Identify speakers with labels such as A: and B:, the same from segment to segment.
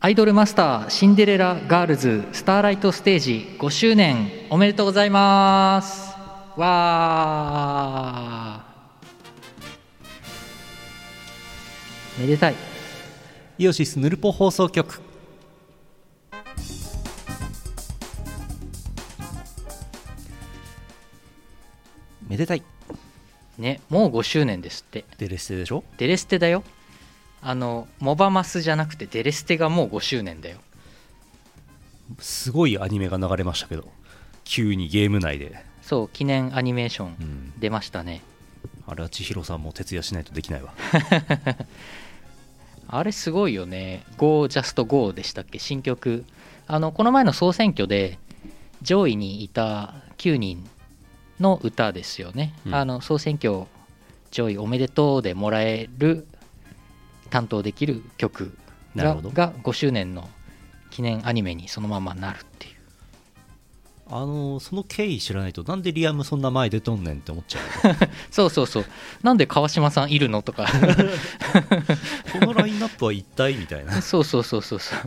A: アイドルマスターシンデレラガールズスターライトステージ5周年おめでとうございますわーめでたい
B: イオシスヌルポ放送局めでたい
A: ねもう5周年ですって
B: デレステでしょ
A: デレステだよあのモバマスじゃなくてデレステがもう5周年だよ
B: すごいアニメが流れましたけど急にゲーム内で、
A: そう記念アニメーショ
B: う
A: ン
B: ん、
A: 出ましたね
B: あれは千尋さんも徹夜しないとできないわ
A: あれすごいよね Go Just Go でしたっけ新曲あのこの前の総選挙で上位にいた9人の歌ですよね、
B: うん
A: あの総選挙上位おめでとうでもらえる担当できる曲
B: なる
A: が
B: ほど
A: が5周年の記念アニメにそのままなるっていう
B: あのその経緯知らないとなんでリアムそんな前出とんねんって思っちゃう
A: そうそうそうなんで川島さんいるのとか
B: このラインナップは一体みたいな
A: そうそうそうそうそう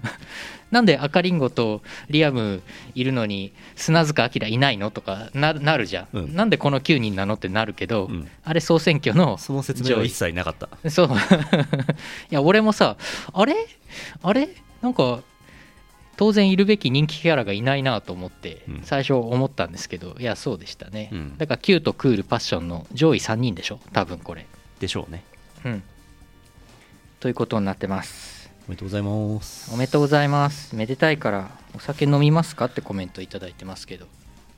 A: なんで赤リンゴとリアムいるのに砂塚明いないのとかななるじゃん、
B: うん
A: なんでこの9人なのってなるけど、
B: うん
A: あれ総選挙の
B: その説明は一切なかった
A: そう いや俺もさあれあれなんか当然いるべき人気キャラがいないなと思って
B: うん
A: 最初思ったんですけど、いやそうでしたね、
B: うん
A: だからキュートクールパッションの上位3人でしょ多分これ
B: でしょうね
A: うんということになってます
B: おめでとうございます
A: おめでとうございますめでたいからお酒飲みますかってコメントいただいてますけど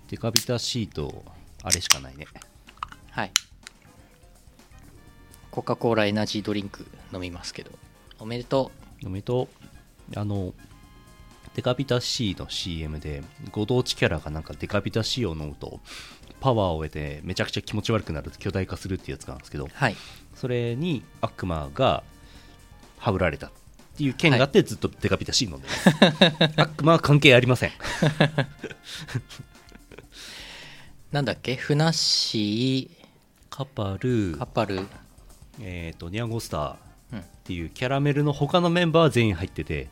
B: デカビタシートあれしかないね
A: はいコカ・コーラエナジードリンク飲みますけどおめでと
B: おめでとうあのデカビタ C の CM でご当地キャラがなんかデカビタ C を飲むとパワーを得てめちゃくちゃ気持ち悪くなる巨大化するっていうやつがあるんですけど
A: うはい
B: それに悪魔がはぶられたっていう件があってずっとデカビタ C 飲んで ます、悪魔は関係ありません
A: なんだっけふなっし
B: カパル
A: ーカパル
B: えー、とニャンゴスターっ
A: うん
B: ていうキャラメルの他のメンバーは全員入って て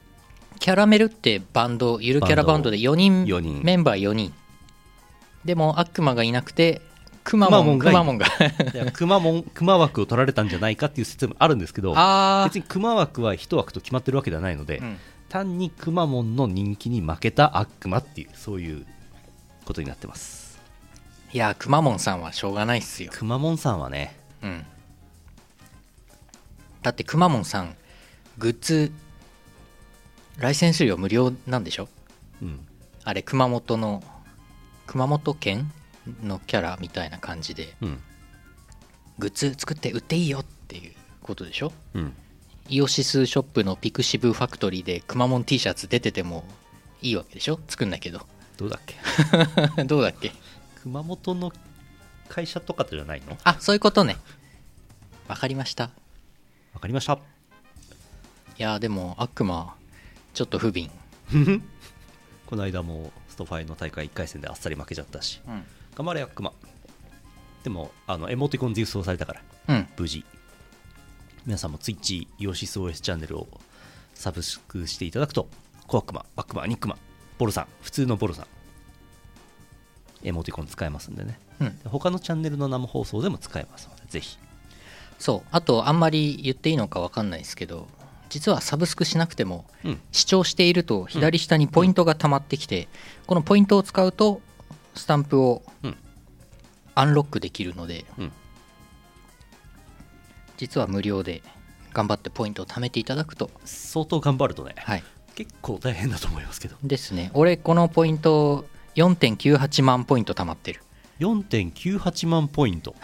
A: キャラメルってバンドゆるキャラバンドで4人
B: 四人
A: メンバー4人でも悪魔がいなくてくま
B: ま
A: モ
B: モン
A: ン
B: が
A: く
B: いる
A: まモンが
B: でクマもんクマ枠を取られたんじゃないかっていう説もあるんですけど
A: あ
B: 別にクマ枠は1枠と決まってるわけではないので、
A: あ、うん、
B: 単にくまモンの人気に負けた悪魔っていうそういうことになってます
A: いやくまモンさんはしょうがないっすよ
B: くまモンさんはね
A: うん、だってくまモンさんグッズライセンス料無料なんでしょ
B: うん
A: あれ熊本の熊本県のキャラみたいな感じで
B: うん
A: グッズ作って売っていいよっていうことでしょ
B: うん
A: イオシスショップのピクシブファクトリーでくまモン T シャツ出ててもいいわけでしょ作んないけど
B: どうだっけ
A: どうだっけ
B: 熊本の会社とかじゃないの
A: あそういうことねわかりました
B: わかりました
A: いやでも悪魔ちょっと不憫
B: この間もストファイの大会1回戦であっさり負けちゃったし
A: うん、
B: 頑張れ悪魔でもあのエモティコン実装されたから
A: うん、
B: 無事皆さんも Twitch イオシス OS チャンネルをサブスクしていただくと小悪魔悪魔ニックマボルさん普通のボルさんエモティコン使えますんでね
A: うん
B: で他のチャンネルの生放送でも使えますのでぜひ
A: そうあとあんまり言っていいのか分かんないですけど実はサブスクしなくても
B: うん
A: 視聴していると左下にポイントが溜まってきて、このポイントを使うとスタンプを
B: うん
A: アンロックできるので、
B: うん
A: 実は無料で頑張ってポイントを貯めていただくと
B: 相当頑張るとね
A: はい
B: 結構大変だと思いますけど
A: ですね俺このポイント4.98万ポイント貯まってる
B: 4.98万ポイント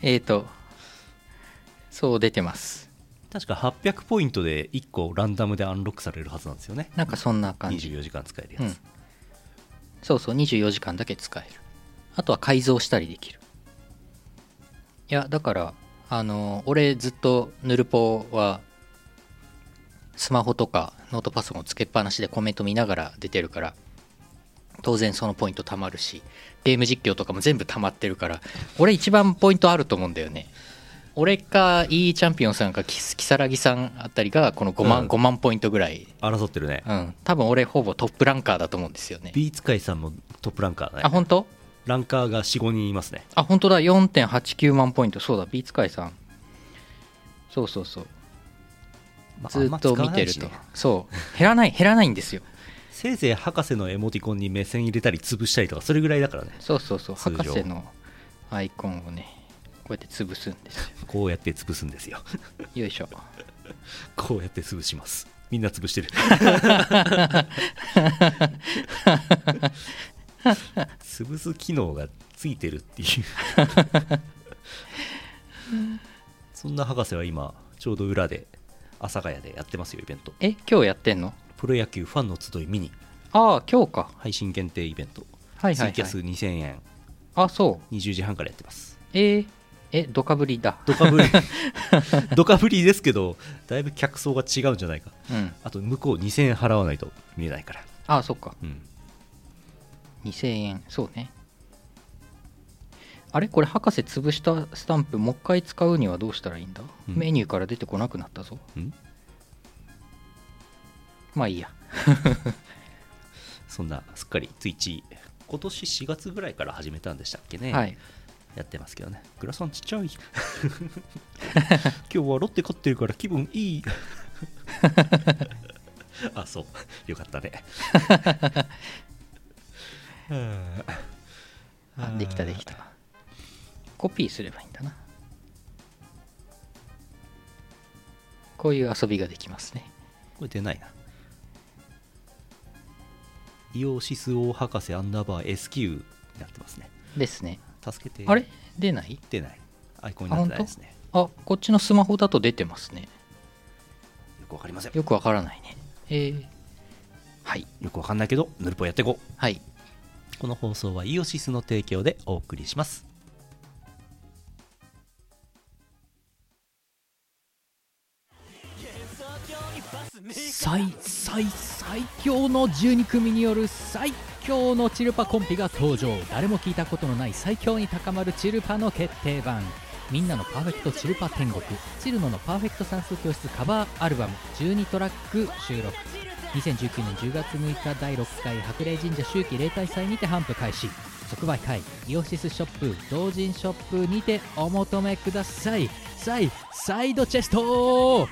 A: えっ、ー、とそう出てます
B: 確か800ポイントで1個ランダムでアンロックされるはずなんですよね
A: なんかそんな感じ
B: 24時間使えるや
A: う
B: つ、
A: ん、そうそう24時間だけ使えるあとは改造したりできるいやだからあの俺ずっとヌルポはスマホとかノートパソコンつけっぱなしでコメント見ながら出てるから当然そのポイント貯まるしゲーム実況とかも全部貯まってるから俺一番ポイントあると思うんだよね俺か E チャンピオンさんかキス如月さんあたりがこの5
B: う
A: 万
B: ん
A: 5万ポイントぐらい、
B: 争ってるね
A: うん、多分俺ほぼトップランカーだと思うんですよね
B: ビーツ界さんもトップランカーだ
A: あ
B: ね
A: 本当
B: ランカーが45人いますね
A: あ本当だ4.89万ポイントそうだビーツ界さんそうそうそう
B: まあ
A: ずっと見てる
B: あんま使わ
A: と、
B: ないしね
A: そう減らない減らないんですよ
B: せいぜい博士のエモティコンに目線入れたり潰したりとかそれぐらいだからね
A: そうそうそう
B: 通常
A: 博士のアイコンをねこうやって潰すんです
B: こうやって潰すんですよ
A: よよいしょ
B: こうやって潰しますみんな潰し てる潰す機能がついてるっていうそんな博士は今ちょうど裏で阿佐ヶ谷でやってますよイベント
A: え今日やってんの
B: プロ野球ファンの集いミニ
A: ああ今日か
B: 配信限定イベント、
A: はいはい、
B: ツイキャ
A: は
B: ス
A: い、
B: 2000円
A: あそう
B: 20時半からやってます
A: えー、えドカぶりだ
B: ド カぶりドカぶりですけどだいぶ客層が違うんじゃないか
A: うん
B: あと向こう2000円払わないと見えないから、
A: ああそっか
B: うん、
A: 2000円そうねあれこれ博士潰したスタンプもう一回使うにはどうしたらいいんだ、
B: うん
A: メニューから出てこなくなったぞ
B: うん
A: まあいいや
B: そんなすっかりツイッチ今年4月ぐらいから始めたんでしたっけね、
A: はい
B: やってますけどねグラさんちっちゃい 今日はロッテ勝ってるから気分い いあそうよかっ たねはあ
A: あできたできたコピーすればいいんだなこういう遊びができますね
B: これ出ないな。イオシス王博士アンダーバー SQ になってますね。
A: ですね
B: 助けて。
A: あれ出ない
B: 出ない。アイコンになってないですね。
A: あこっちのスマホだと出てますね
B: よくわかりません。
A: よくわからないねえー、はい
B: よくわかんないけど、ヌルポやっていこう。
A: はい
B: この放送はイオシスの提供でお送りします。
C: 最最最強の12組による最強のチルパコンピが登場誰も聞いたことのない最強に高まるチルパの決定版みんなのパーフェクトチルパ天国チルノのパーフェクト算数教室カバーアルバム12トラック収録2019年10月6日第6回白麗神社秋季例大祭にて販布開始即売会イオシスショップ同人ショップにてお求めくださいサイサイドチェスト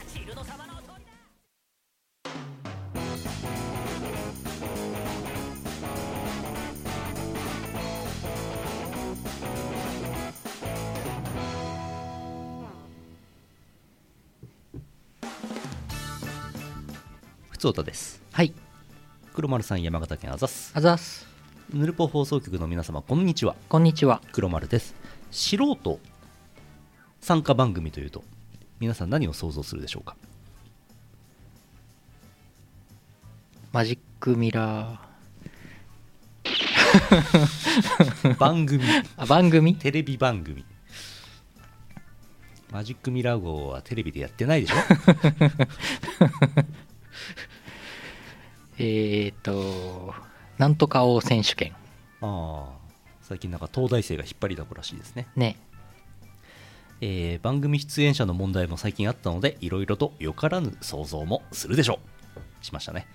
B: ふつおたです。
A: はい
B: 黒丸さん、山形県あざす。
A: あざっす
B: ヌルポ放送局の皆様、こんにちは。
A: こんにちは
B: 黒丸です。素人参加番組というと、皆さん何を想像するでしょうか
A: マジックミラー
B: 番組。
A: あ番組
B: テレビ番組マジックミラー号はテレビでやってない でしょ
A: えー、っとなんとか王選手権
B: ああ最近なんか東大生が引っ張りだこらしいですね、
A: ね
B: えー番組出演者の問題も最近あったのでいろいろとよからぬ想像もするでしょうし ましたね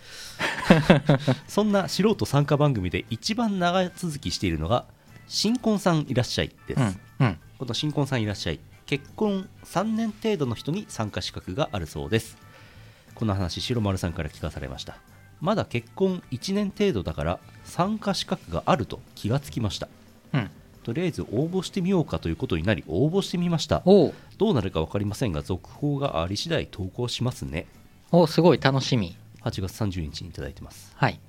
B: そんな素人参加番組で一番長続きしているのが「新婚さんいらっしゃい」です、
A: うんうん
B: この新婚さんいらっしゃい結婚3年程度の人に参加資格があるそうですこの話白丸さんから聞かされましたまだ結婚1年程度だから参加資格があると気がつきました
A: うん
B: とりあえず応募してみようかということになり応募してみました
A: おう
B: どうなるか分かりませんが続報があり次第投稿しますね
A: おうすごい楽しみ
B: 8月30日にいただいてます
A: はい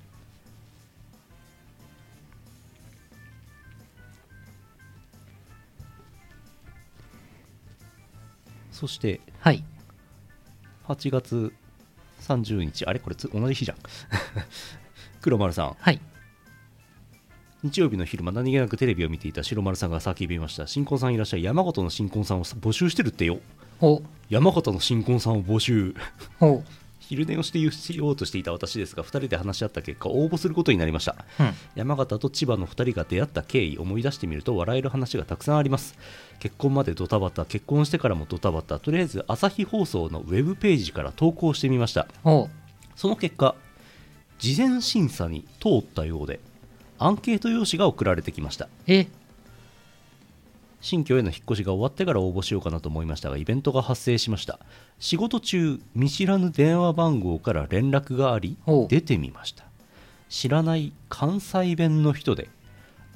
B: そして
A: はい
B: 8月30日あれこれつ同じ日じゃん 黒丸さん
A: はい
B: 日曜日の昼間何気なくテレビを見ていた白丸さんが叫びました新婚さんいらっしゃい山形の新婚さんを募集してるってよ
A: お
B: 山形の新婚さんを募集
A: お
B: 引昼寝をしてしようとしていた私ですが2人で話し合った結果応募することになりました
A: うん
B: 山形と千葉の2人が出会った経緯思い出してみると笑える話がたくさんあります結婚までドタバタ結婚してからもドタバタとりあえず朝日放送のウェブページから投稿してみました
A: おう
B: その結果事前審査に通ったようでアンケート用紙が送られてきました
A: え
B: 新居への引っ越しが終わってから応募しようかなと思いましたがイベントが発生しました仕事中見知らぬ電話番号から連絡があり
A: おう
B: 出てみました知らない関西弁の人で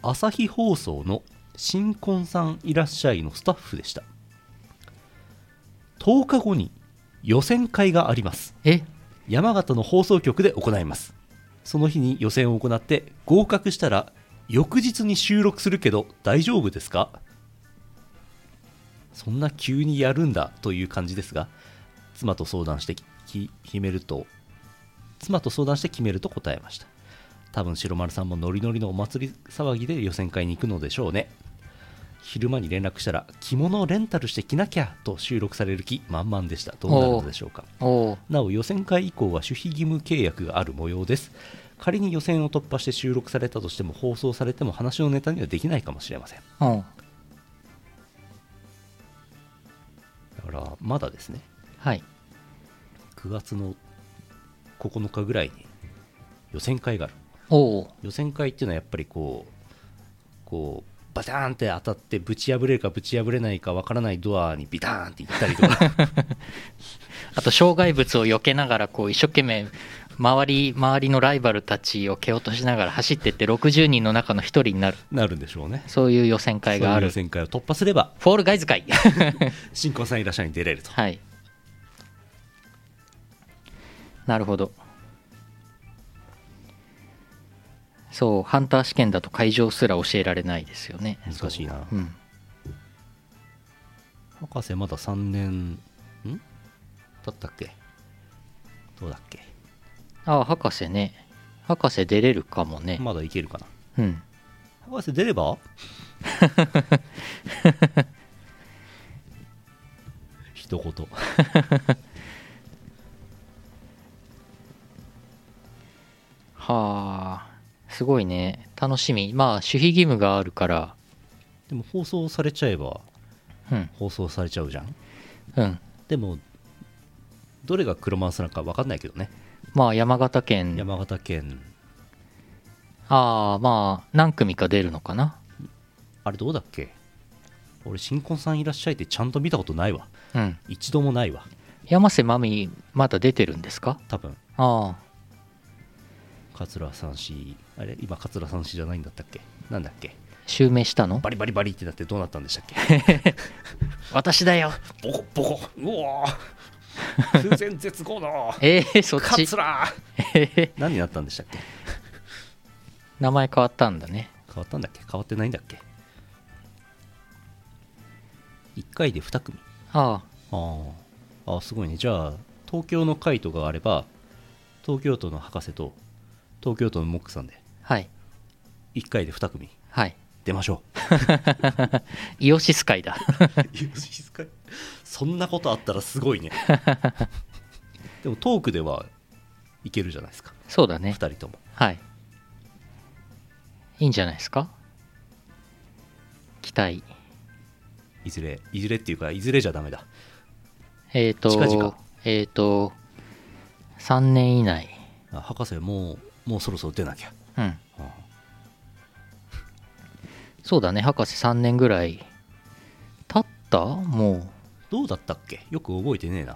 B: 朝日放送の「新婚さんいらっしゃい」のスタッフでした10日後に予選会があります
A: え
B: 山形の放送局で行いますその日に予選を行って合格したら翌日に収録するけど大丈夫ですかそんな急にやるんだという感じですが妻と相談してき決めると妻と相談して決めると答えました多分白丸さんもノリノリのお祭り騒ぎで予選会に行くのでしょうね昼間に連絡したら着物をレンタルして着なきゃと収録される気満々でしたどうなるのでしょうか
A: おう
B: なお予選会以降は守秘義務契約がある模様です仮に予選を突破して収録されたとしても放送されても話のネタにはできないかもしれません
A: おう
B: だからまだですね
A: はい
B: 9月の9日ぐらいに予選会がある
A: おう
B: 予選会っていうのはやっぱりこうこうバターンって当たってぶち破れるかぶち破れないかわからないドアにビターンって行ったりとか
A: あと障害物を避けながらこう一生懸命周り周りのライバルたちを蹴落としながら走ってって60人の中の1人になる
B: なるんでしょうね
A: そういう予選会があ
B: そういう
A: る
B: 予選会を突破すれば
A: フォールガイズ会
B: 新婚さんいらっしゃいに出れると
A: はいなるほどそうハンター試験だと会場すら教えられないですよね
B: 難しいな
A: うん
B: 博士まだ3年んだったっけどうだっけ
A: ああ博士ね博士出れるかもね、
B: まだいけるかな
A: うん
B: 博士出れば一言
A: はあすごいね楽しみまあ守秘義務があるから
B: でも放送されちゃえば
A: うん
B: 放送されちゃうじゃん
A: うん
B: でもどれが黒マウスなのか分かんないけどね、
A: まあ山形県
B: 山形県
A: ああまあ何組か出るのかな
B: あれどうだっけ俺新婚さんいらっしゃいってちゃんと見たことないわ
A: うん
B: 一度もないわ
A: 山瀬まみまだ出てるんですか
B: 多分
A: ああ
B: 桂さん氏あれ今桂さん氏じゃないんだったっけなんだっけ
A: 襲名したの
B: バリバリバリってなってどうなったんでしたっけ
A: 私だよ
B: ボコボコうおー空前絶後 の
A: えー、そっち
B: 桂何になったんでしたっけ
A: 名前変わったんだね
B: 変わったんだっけ変わってないんだっけ1回で2組
A: あ
B: あああすごいねじゃあ東京のカイトがあれば東京都の博士と東京都のモックさんで
A: あはい
B: 1回で2組
A: はい
B: 出ましょ
A: イオシス会だ
B: う そんなことあったらすごいね でもトークではいけるじゃないですか
A: そうだね
B: 2人とも
A: はいいいんじゃないですか期待
B: いずれいずれっていうかいずれじゃダメだ
A: えっ、と
B: 近々
A: えっ、と3年以内
B: あ博士もうもうそろそろ出なきゃ
A: うん
B: ああ
A: そうだね博士3年ぐらい経ったも
B: どうだったっけよく覚えてねえな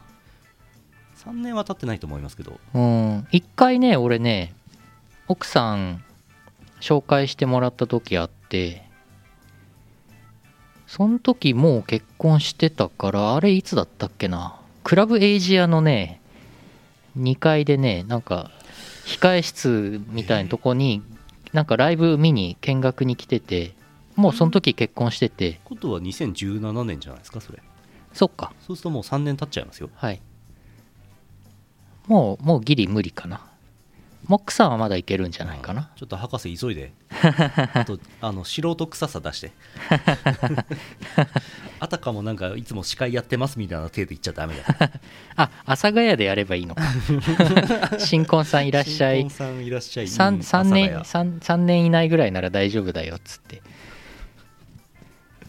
B: 3年は経ってないと思いますけど
A: ううん1回ね俺ね奥さん紹介してもらった時あってその時もう結婚してたからあれいつだったっけなクラブエイジアのね2階でねなんか控え室みたいなとこになんかライブ見に見学に来ててもうその時結婚してて
B: ことは2017年じゃないですかそれ
A: そっか
B: そうするともう3年経っちゃいますよ
A: はいもうもうギリ無理かなモックさんはまだいけるんじゃないかな
B: ちょっと博士急 いであとあの素人臭さ出して あたかもなんかいつも司会やってますみたいな手で言っちゃダメだ
A: あ阿佐ヶ谷でやればいい のか新婚さんいらっしゃ
B: 新
A: い
B: 婚さんいらっしゃい
A: 3, 三
B: うん阿
A: 年
B: 佐
A: 三三年以内ぐらいなら大丈夫だよっつって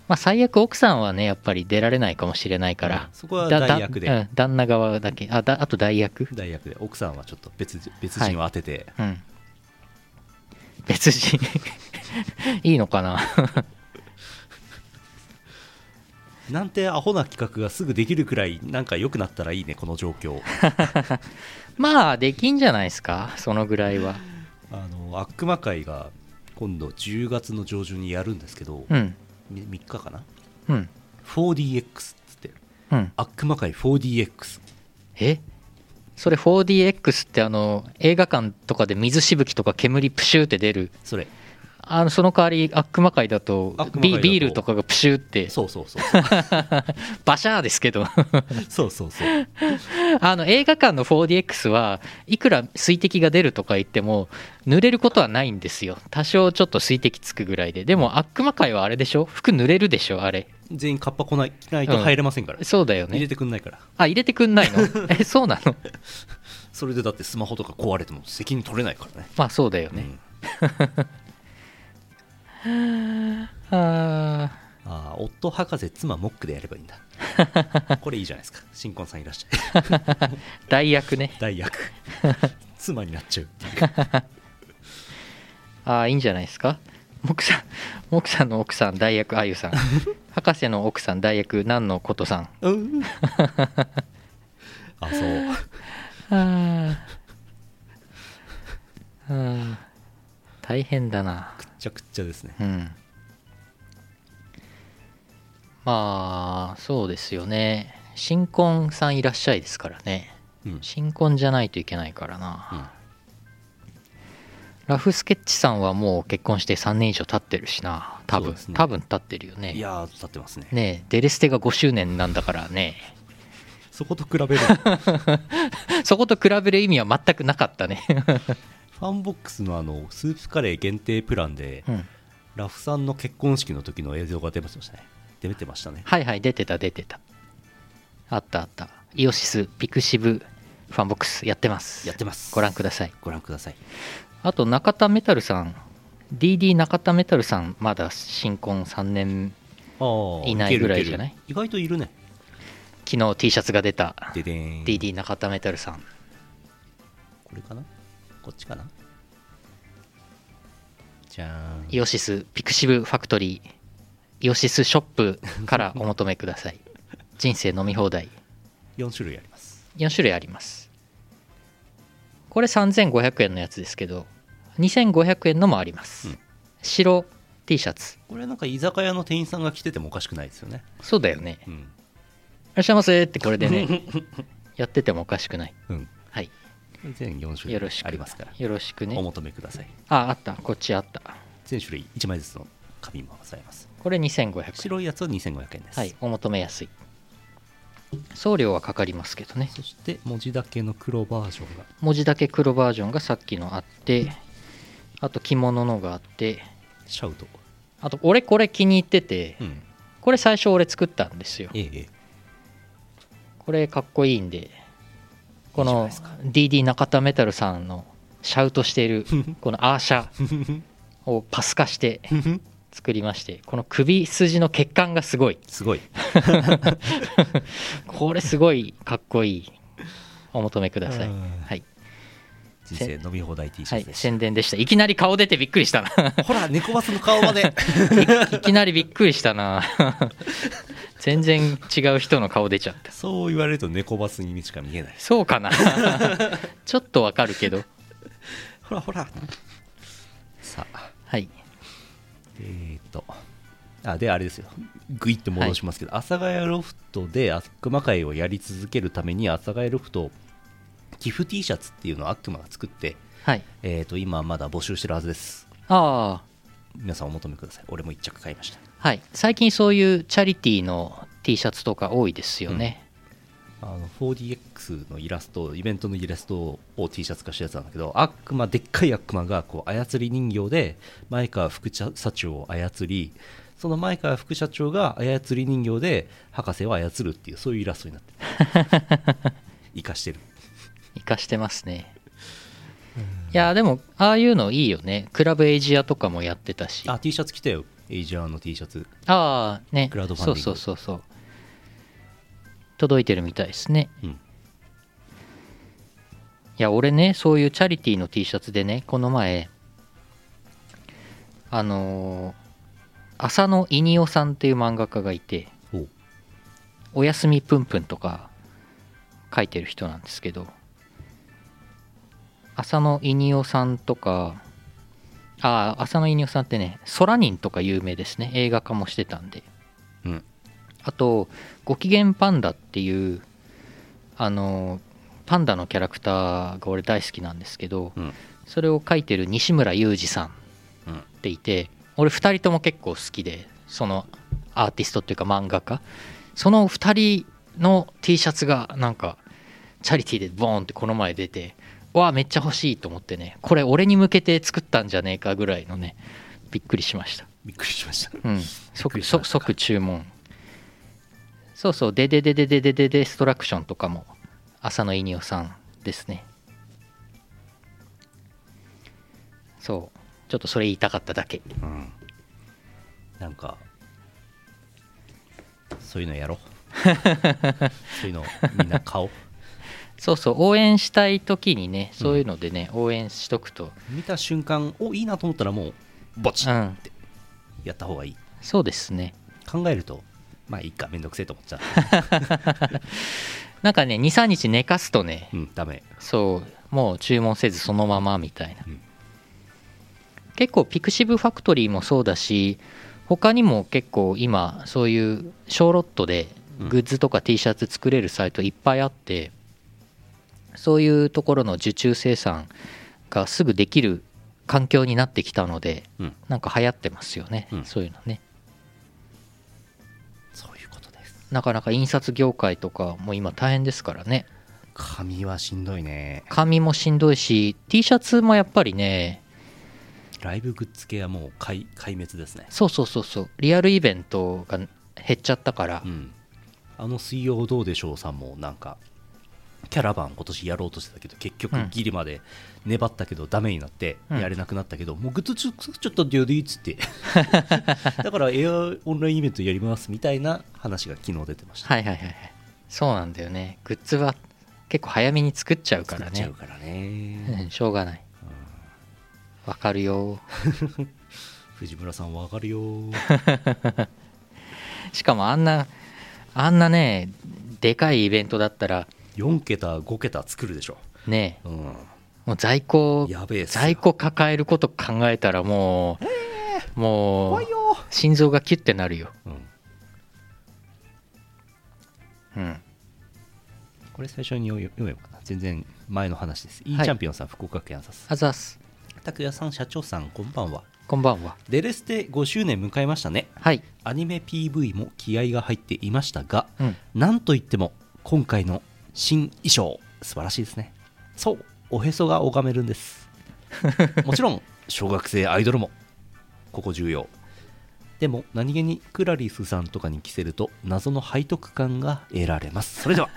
A: まあ最悪奥さんはねやっぱり出られないかもしれないか
B: う
A: ら
B: ん、そこは
A: だだ
B: 代役で
A: うん旦那側だけあだあと代役
B: ヶ谷大学で奥さんはちょっと別別人を当てて、
A: うん別人 いいのかな
B: なんてアホな企画がすぐできるくらいなんか良くなったらいいねこの状 況
A: まあできんじゃないですかそのぐらいは
B: あの悪魔会が今度10月の上旬にやるんですけど、
A: うん
B: み3日かな
A: うん
B: 4DX っつって
A: うん
B: 悪魔界 4DX
A: えそれ 4DX ってあの映画館とかで水しぶきとか煙プシューって出る
B: それ
A: あのその代わり悪魔界だと
B: 悪魔界
A: ビ
B: だと
A: ビールとかがプシューって
B: そうそうそう
A: バシャーですけど
B: そうそうそう
A: あの映画館の 4DX はいくら水滴が出るとか言っても濡れることはないんですよ多少ちょっと水滴つくぐらいででも悪魔界はあれでしょ服濡れるでしょあれ
B: 全員カッパ来ない着ないと入れませんか ら、
A: そうだよ
B: 入れ
A: ね
B: てくんないから
A: あ入れてくんないのえそうなの
B: それでだってスマホとか壊れても責任取れないからね
A: まあそうだよね、
B: うん
A: あー
B: ああ夫博士妻モックでやればいい んだこれいいじゃないですか新婚さんいらっしゃい
A: 代役ね
B: 大役 妻になっちゃう
A: ああいいんじゃないですか木さん木さんの奥さん代役あゆ さん博士の奥さん代役何のことさん
B: うんあそう
A: あーあー大変だな
B: くっちゃくっちゃですね
A: うんまあそうですよね新婚さんいらっしゃいですからね
B: うん
A: 新婚じゃないといけないからな、
B: うん
A: ラフスケッチさんはもう結婚して3年以上経ってるしな多
B: そう
A: 分、
B: ですね
A: 多分経ってるよね
B: いやー立ってますね
A: ねえデレステが5周年なんだからね
B: そこと比べる フ
A: そこと比べる意味は全くなかったね
B: ァンボックスのあのスープカレー限定プランで、
A: うん
B: ラフさんの結婚式の時の映像が出ましたね出てましたね
A: はいはい出てた出てたあったあったイオシスピクシブファンボックスやってます
B: やってます
A: ご覧ください
B: ご覧ください
A: あと中田メタルさん DD 中田メタルさんまだ新婚3年
B: ああ
A: いないぐらいじゃない
B: 意外といるね
A: 昨日 T シャツが出た
B: ででーん
A: DD 中田メタルさん
B: これかなこっちかなじゃーん
A: イオシスピクシブファクトリーイオシスショップからお求めくださ い人生飲み放題
B: 4種類あります
A: 4種類ありますこれ3500円のやつですけど2500円のもあります、
B: うん
A: 白 T シャツ
B: これなんか居酒屋の店員さんが来ててもおかしくないですよね
A: そうだよねい
B: うん
A: らっしゃいませってこれで ねやっててもおかしくない
B: うん
A: はい
B: 全4種
A: よろし
B: 類
A: く
B: ありますから
A: よろしく
B: お
A: ね
B: 求めください
A: ああったこっちあった
B: 全種類1枚ずつの紙もございます
A: これ2500円
B: 白いやつは2500円です、
A: はいお求めやすい送料はかかりますけどね
B: そして文字だけの黒バージョンが
A: 文字だけ黒バージョンがさっきのあってあと着物のがあって
B: シャウト、
A: あと俺これ気に入ってて
B: うん、
A: これ最初俺作ったんですよ
B: ええええ
A: これかっこいいんでこ
B: い
A: の
B: いじゃ
A: DD 中田メタルさんのシャウトしてい るこのアーシャをパス化して作りましてこの首筋の血管がすごい
B: すごい
A: これすごいかっこいいお求めください
B: うん
A: はい、
B: 人生飲み放題 T シ
A: は
B: ャツ
A: い、
B: です、
A: 宣伝でしたいきなり顔出てびっくりしたな
B: ほら猫バスの顔まで
A: いきなりびっくりしたな 全然違う人の顔出ちゃった
B: そう言われると猫バスにしか見えない
A: そうか なちょっとわかるけど
B: ほらほらさあ
A: はい
B: えっ、とあであれですよグイッと戻しますけど、阿佐ヶ谷ロフトで悪魔会をやり続けるために阿佐ヶ谷ロフト寄付 T シャツっていうのを悪魔が作って
A: はい
B: えっ、と今まだ募集してるはずです
A: ああ
B: 皆さんお求めください俺も一着買いました
A: はい、最近そういうチャリティーの T シャツとか多いですよね。
B: あの 4DX のイラストイベントのイラストを T シャツ化したやつなんだけど悪魔でっかい悪魔がこう操り人形で前川副社長を操りその前川副社長が操り人形で博士を操るっていうそういうイラストになって 生かしてる
A: 生かしてますねいやでもああいうのいいよねクラブエイジアとかもやってたし
B: あ T シャツ着たよエイジャーの T シャツ
A: ああね
B: クラウドファンディング
A: そうそうそうそう届いてるみたいですね
B: うん
A: いや俺ねそういうチャリティーの T シャツでねこの前あのー浅野いにおさんっていう漫画家がいて
B: おう
A: 「おやすみぷんぷん」とか書いてる人なんですけど浅野いにおさんとかああ浅野いにおさんってね「ソラニン」とか有名ですね映画化もしてたんで
B: うん
A: あと「ご機嫌パンダ」っていうあのパンダのキャラクターが俺大好きなんですけど
B: うん
A: それを描いてる西村雄二さん
B: うん
A: っていて俺2人とも結構好きでそのアーティストっていうか漫画家その2人の T シャツがなんかチャリティーでボーンってこの前出てわあめっちゃ欲しいと思ってねこれ俺に向けて作ったんじゃねえかぐらいのねびっくりしました
B: びっくりしました
A: うん、
B: く
A: 即
B: りしました
A: 即即注文そうそうでででででででデストラクションとかも浅野いにおさんですねそうちょっとそれ言いたかっただけ
B: うんなんかそういうの やろうそういうのみんな買おう
A: そうそう応援したい時にねそういうのでね、応援しとくと
B: 見た瞬間おいいなと思ったらもうぼち
A: う
B: っ
A: ん
B: やった方がいい
A: そうですね
B: 考えるとまあいいかめんどくせえと思っちゃう
A: なんかね23日寝かすとね
B: うんダメ
A: そうもう注文せずそのままみたいな、
B: うん
A: 結構ピクシブファクトリーもそうだし他にも結構今そういう小ロットで
B: うん
A: グッズとか T シャツ作れるサイトいっぱいあって、そういうところの受注生産がすぐできる環境になってきたので
B: うん
A: なんか流行ってますよね、
B: うん
A: そういうのね
B: そういうことです
A: なかなか印刷業界とかも今大変ですからね
B: 紙はしんどいね
A: 紙もしんどいし T シャツもやっぱりね
B: ライブグッズ系はもう壊壊滅ですね
A: そうそうそうそうリアルイベントが減っちゃったから、
B: うんあの水曜どうでしょうさんもなんかキャラバン今年やろうとしてたけど結局
A: うん
B: ギリまで粘ったけどダメになって
A: うん
B: やれなくなったけど、もうグッズちょちょっとデュディっつって だからエアオンラインイベントやりますみたいな話が昨日出てました
A: はいはいはいはいそうなんだよねグッズは結構早めに作っちゃうか
B: 作
A: ら
B: っちゃ
A: ね
B: うからね
A: うんしょうがないわかるよ
B: 藤村さんわか るよ
A: しかもあんなあんなねでかいイベントだったら
B: 4桁5桁作るでしょ、
A: ね
B: うん、
A: もう在庫
B: やべえっすよ
A: 在庫抱えること考えたらもう、もう
B: 怖いよ、
A: 心臓がキュッてなるよ、
B: うん、
A: うん、
B: これ最初に読めばかな全然前の話です、い、い
A: はい
B: チャンピオンさん福岡県さす
A: あざっす
B: 拓也さん社長さんこんばんは
A: こんばんは
B: デレステ5周年迎えましたね
A: はい、
B: アニメ PV も気合が入っていましたが
A: うん、
B: なんといっても今回の新衣装素晴らしいですねそうおへそが拝めるんです もちろん小学生アイドルもここ重要でも何気にクラリスさんとかに着せると謎の背徳感が得られますそれ では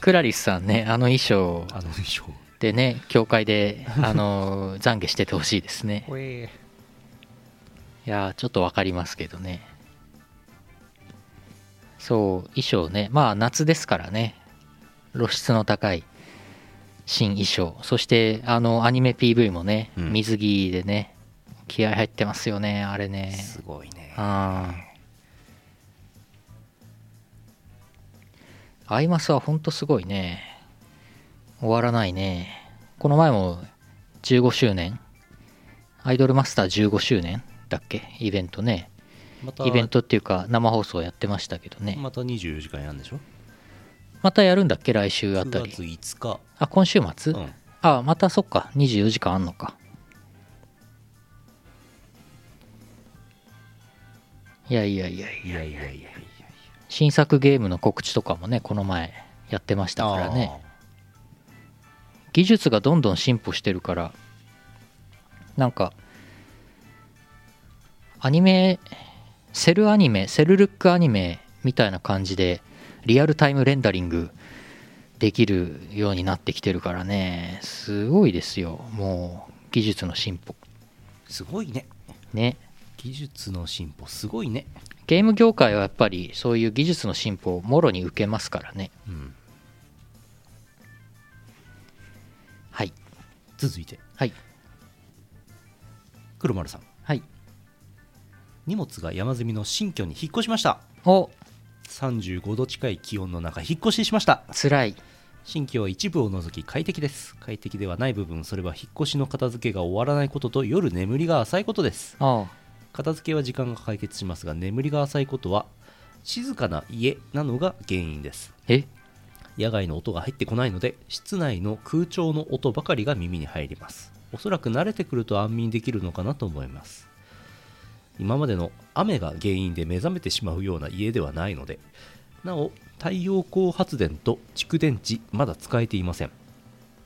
A: クラリスさんねあの衣装
B: あの衣装
A: でね教会であの懺悔しててほしいですねいやーちょっとわかりますけどねそう衣装ねまあ夏ですからね露出の高い新衣装そしてあのアニメ PV もね、
B: うん
A: 水着でね気合入ってますよねあれね
B: すごいね
A: あアイマスはほんとすごいね終わらないねこの前も15周年アイドルマスター15周年だっけイベントね
B: また
A: イベントっていうか生放送やってましたけどね
B: また24時間やるんでしょ
A: またやるんだっけ来週あ
B: 9
A: た
B: 月
A: り
B: 5日、
A: あ今週末、
B: うん、
A: あまたそっか24時間あんのかいやいやいやいや
B: いやいやいやいやいや
A: 新作ゲームの告知とかもねこの前やってましたからね技術がどんどん進歩してるからなんかアニメセルアニメセルルックアニメみたいな感じでリアルタイムレンダリングできるようになってきてるからねすごいですよもう技術の進歩
B: あーすごいね
A: ね
B: 技術の進歩すごいね
A: ゲーム業界はやっぱりそういう技術の進歩をもろに受けますからね
B: うん
A: はい
B: 続いて
A: はい
B: 黒丸さん
A: はい
B: 荷物が山積みの新居に引っ越しました
A: お
B: 35度近い気温の中引っ越ししました
A: つらい
B: 新居は一部を除き快適です快適ではない部分それは引っ越しの片付けが終わらないことと夜眠りが浅いことです
A: あ
B: 片付けは時間が解決しますが眠りが浅いことは静かな家なのが原因です
A: え
B: 野外の音が入ってこないので室内の空調の音ばかりが耳に入りますおそらく慣れてくると安眠できるのかなと思います今までの雨が原因で目覚めてしまうような家ではないのでなお太陽光発電と蓄電池まだ使えていません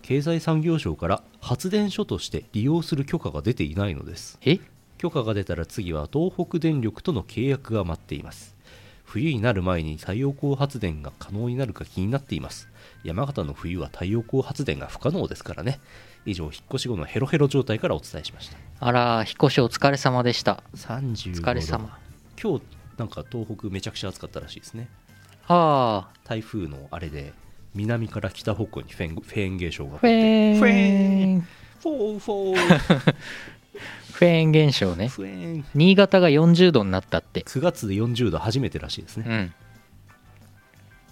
B: 経済産業省から発電所として利用する許可が出ていないのです
A: え
B: 許可が出たら次は東北電力との契約が待っています冬になる前に太陽光発電が可能になるか気になっています山形の冬は太陽光発電が不可能ですからね以上引っ越し後のヘロヘロ状態からお伝えしました
A: あら引っ越しお疲れ様でした
B: 35
A: お
B: 度
A: 疲れ様
B: 今日なんか東北めちゃくちゃ暑かったらしいですね
A: ああ
B: 台風のあれで南から北方向にフェーンフェーン現象が
A: フェーン
B: フェーンフォーフォー
A: フェーン現象ね
B: フ ェーン
A: 新潟が40度になったって
B: 9月で40度初めてらしいです
A: う
B: ね
A: ん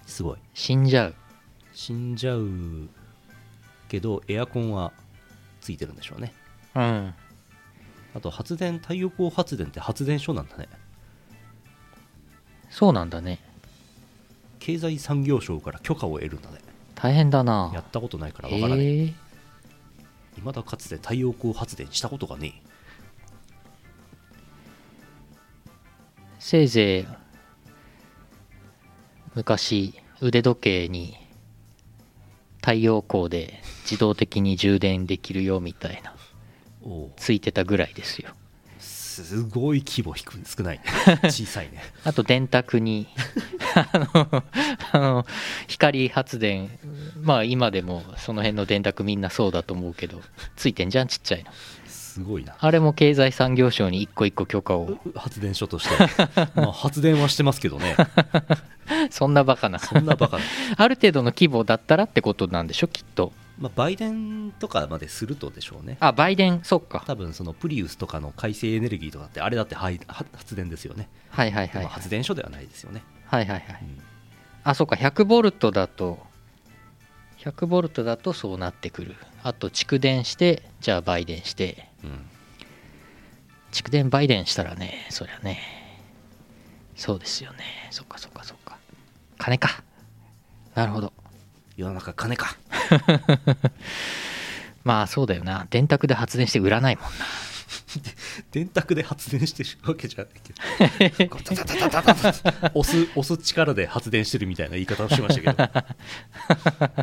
B: すごい
A: 死んじゃう
B: 死んじゃうけどエアコンはついてるんでしょうね
A: うん
B: あと発電太陽光発電って発電所なんだね
A: そうなんだね
B: 経済産業省から許可を得るんだね
A: 大変だ
B: や
A: な
B: ったことないから
A: へ
B: わからない
A: え
B: 未だかつて太陽光発電したことがねえ
A: せいぜい昔腕時計に太陽光で自動的に充電できるよみたいな
B: おう
A: ついてたぐらいですよ
B: すごい規模低く 少ないね小さいね
A: あと電卓にあのあの光発電まあ今でもその辺の電卓みんなそうだと思うけどついてんじゃんちっちゃいの
B: すごいな
A: あれも経済産業省に一個一個許可を
B: う発電所としてまあ発電はしてますけどね
A: そんなバカな
B: そんなバカな、
A: ある程度の規模だったらってことなんでしょきっと
B: まあ、売電とかまでするとでしょうね
A: あ売電そっか
B: 多分そのプリウスとかの改正エネルギーとかってあれだってはいは発電ですよね
A: はいはいはい
B: ま
A: は
B: あ
A: い
B: 発電所ではないですよね、
A: はいはいはいあそうか100ボルトだと100ボルトだとそうなってくるあと蓄電してじゃあ売電して
B: うん
A: 蓄電売電したらねそりゃねそうですよねそっかそっかそっか金かなるほど
B: 世の中金か
A: まあそうだよな電卓で発電して売らないもんな
B: 電卓で発電してるわけじゃないけどこうタタタタタタタ押す押す力で発電してるみたいな言い方をしましたけど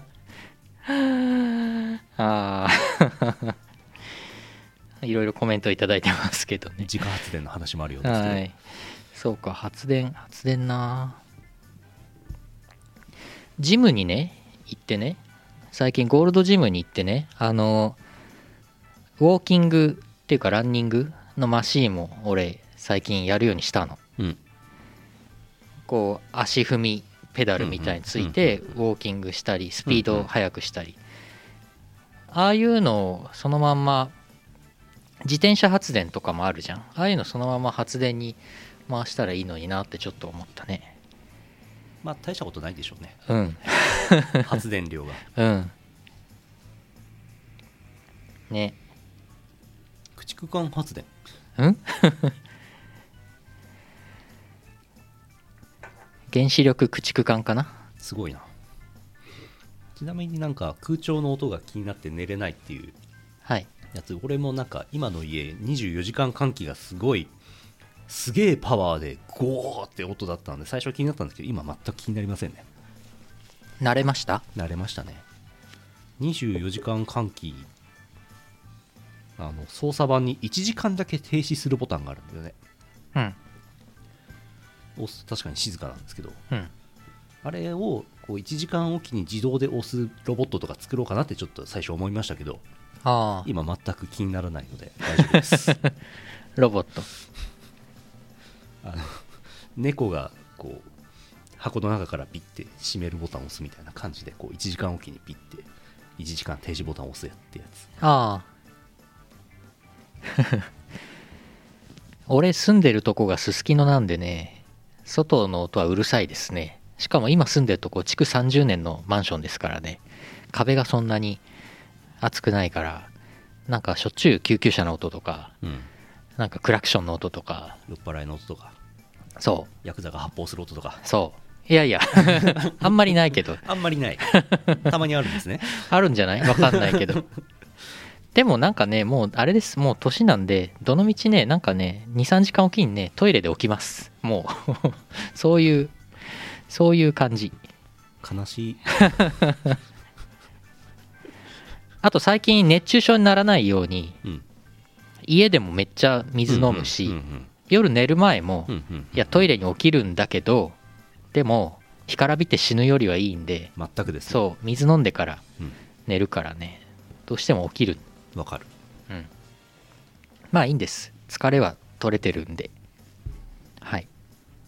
A: あー いろいろコメントいただいてますけどね
B: 自家発電の話もあるようですけど、
A: はいそうか発電発電なジムにね行ってね最近ゴールドジムに行ってねあのウォーキングっていうかランニングのマシーンも俺最近やるようにしたの
B: うん
A: こう足踏みペダルみたいについてウォーキングしたりスピードを速くしたりああいうのをそのまんま自転車発電とかもあるじゃんああいうのそのまま発電に回したらいいのになってちょっと思ったね
B: まあ大したことないでしょうね
A: うん
B: 発電量が
A: うんね
B: 駆逐艦発電
A: うん 原子力駆逐艦かな
B: すごいなちなみになんか空調の音が気になって寝れないっていう
A: はい
B: やつ俺もなんか今の家24時間換気がすごいすげえパワーでゴーって音だったんで最初は気になったんですけど今全く気になりませんね
A: 慣れました
B: 慣れましたね24時間換気あの操作盤に1時間だけ停止するボタンがあるんだよね
A: うん
B: 押す確かに静かなんですけど
A: うん
B: あれをこう1時間おきに自動で押すロボットとか作ろうかなってちょっと最初思いましたけど
A: ああ
B: 今全く気にならないので大丈夫です
A: ロボット
B: あの猫がこう箱の中からピッて閉めるボタンを押すみたいな感じでこう1時間おきにピッて1時間停止ボタンを押すやってやつ
A: ああ 俺住んでるとこがすすきのなんでね外の音はうるさいですねしかも今住んでるとこ築30年のマンションですからね壁がそんなに厚くないからなんかしょっちゅう救急車の音とか
B: うん
A: なんかクラクションの音とか
B: 酔っ払いの音とか
A: そ
B: ヤクザが発砲する音とか
A: うそういやい やあんまりないけど
B: あんまりない たまにあるんですね
A: あるんじゃないわかんないけ どでもなんかねもうあれですもう年なんでどの道ねなんかね23時間おきにねトイレで起きますもう そういうそういう感じ
B: 悲しい
A: あと最近熱中症にならないように
B: うん
A: 家でもめっちゃ水飲むし、
B: うんうん
A: 夜寝る前も、
B: うんうんうん
A: いやトイレに起きるんだけどでも干からびて死ぬよりはいいんで
B: 全くですね
A: そう水飲んでから
B: うん
A: 寝るからねどうしても起きる
B: わかる
A: うん、まあいいんです疲れは取れてるんではい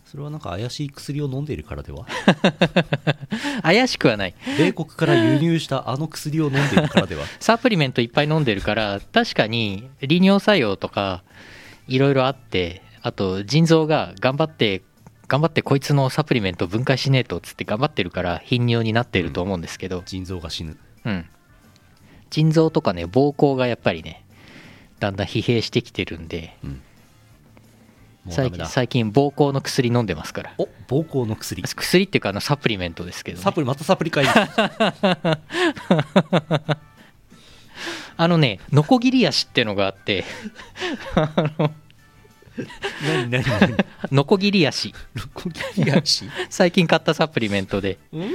B: それはなんか怪しい薬を飲んでいるからでは
A: 怪しくはない
B: 米国から輸入したあの薬を飲んでいるからで は
A: サプリメントいっぱい飲んでるから確かに利尿作用とかいろいろあってあと腎臓が頑張って頑張ってこいつのサプリメント分解しねえとっつって頑張ってるから頻尿になってると思うんですけど、
B: 腎臓が死ぬ
A: うん、腎臓とかね膀胱がやっぱりねだんだん疲弊してきてるんで
B: うんもうダ
A: 最
B: メだ
A: 近最近膀胱の薬飲んでますから
B: お膀胱の薬
A: 薬っていうかあのサプリメントですけど、ね、
B: サプリまたサプ リ会
A: あのね、ノコギリ足ってのがあって、
B: 何何何
A: ノコギリ足、
B: ロコギリ足
A: 最近買ったサプリメントで、
B: うん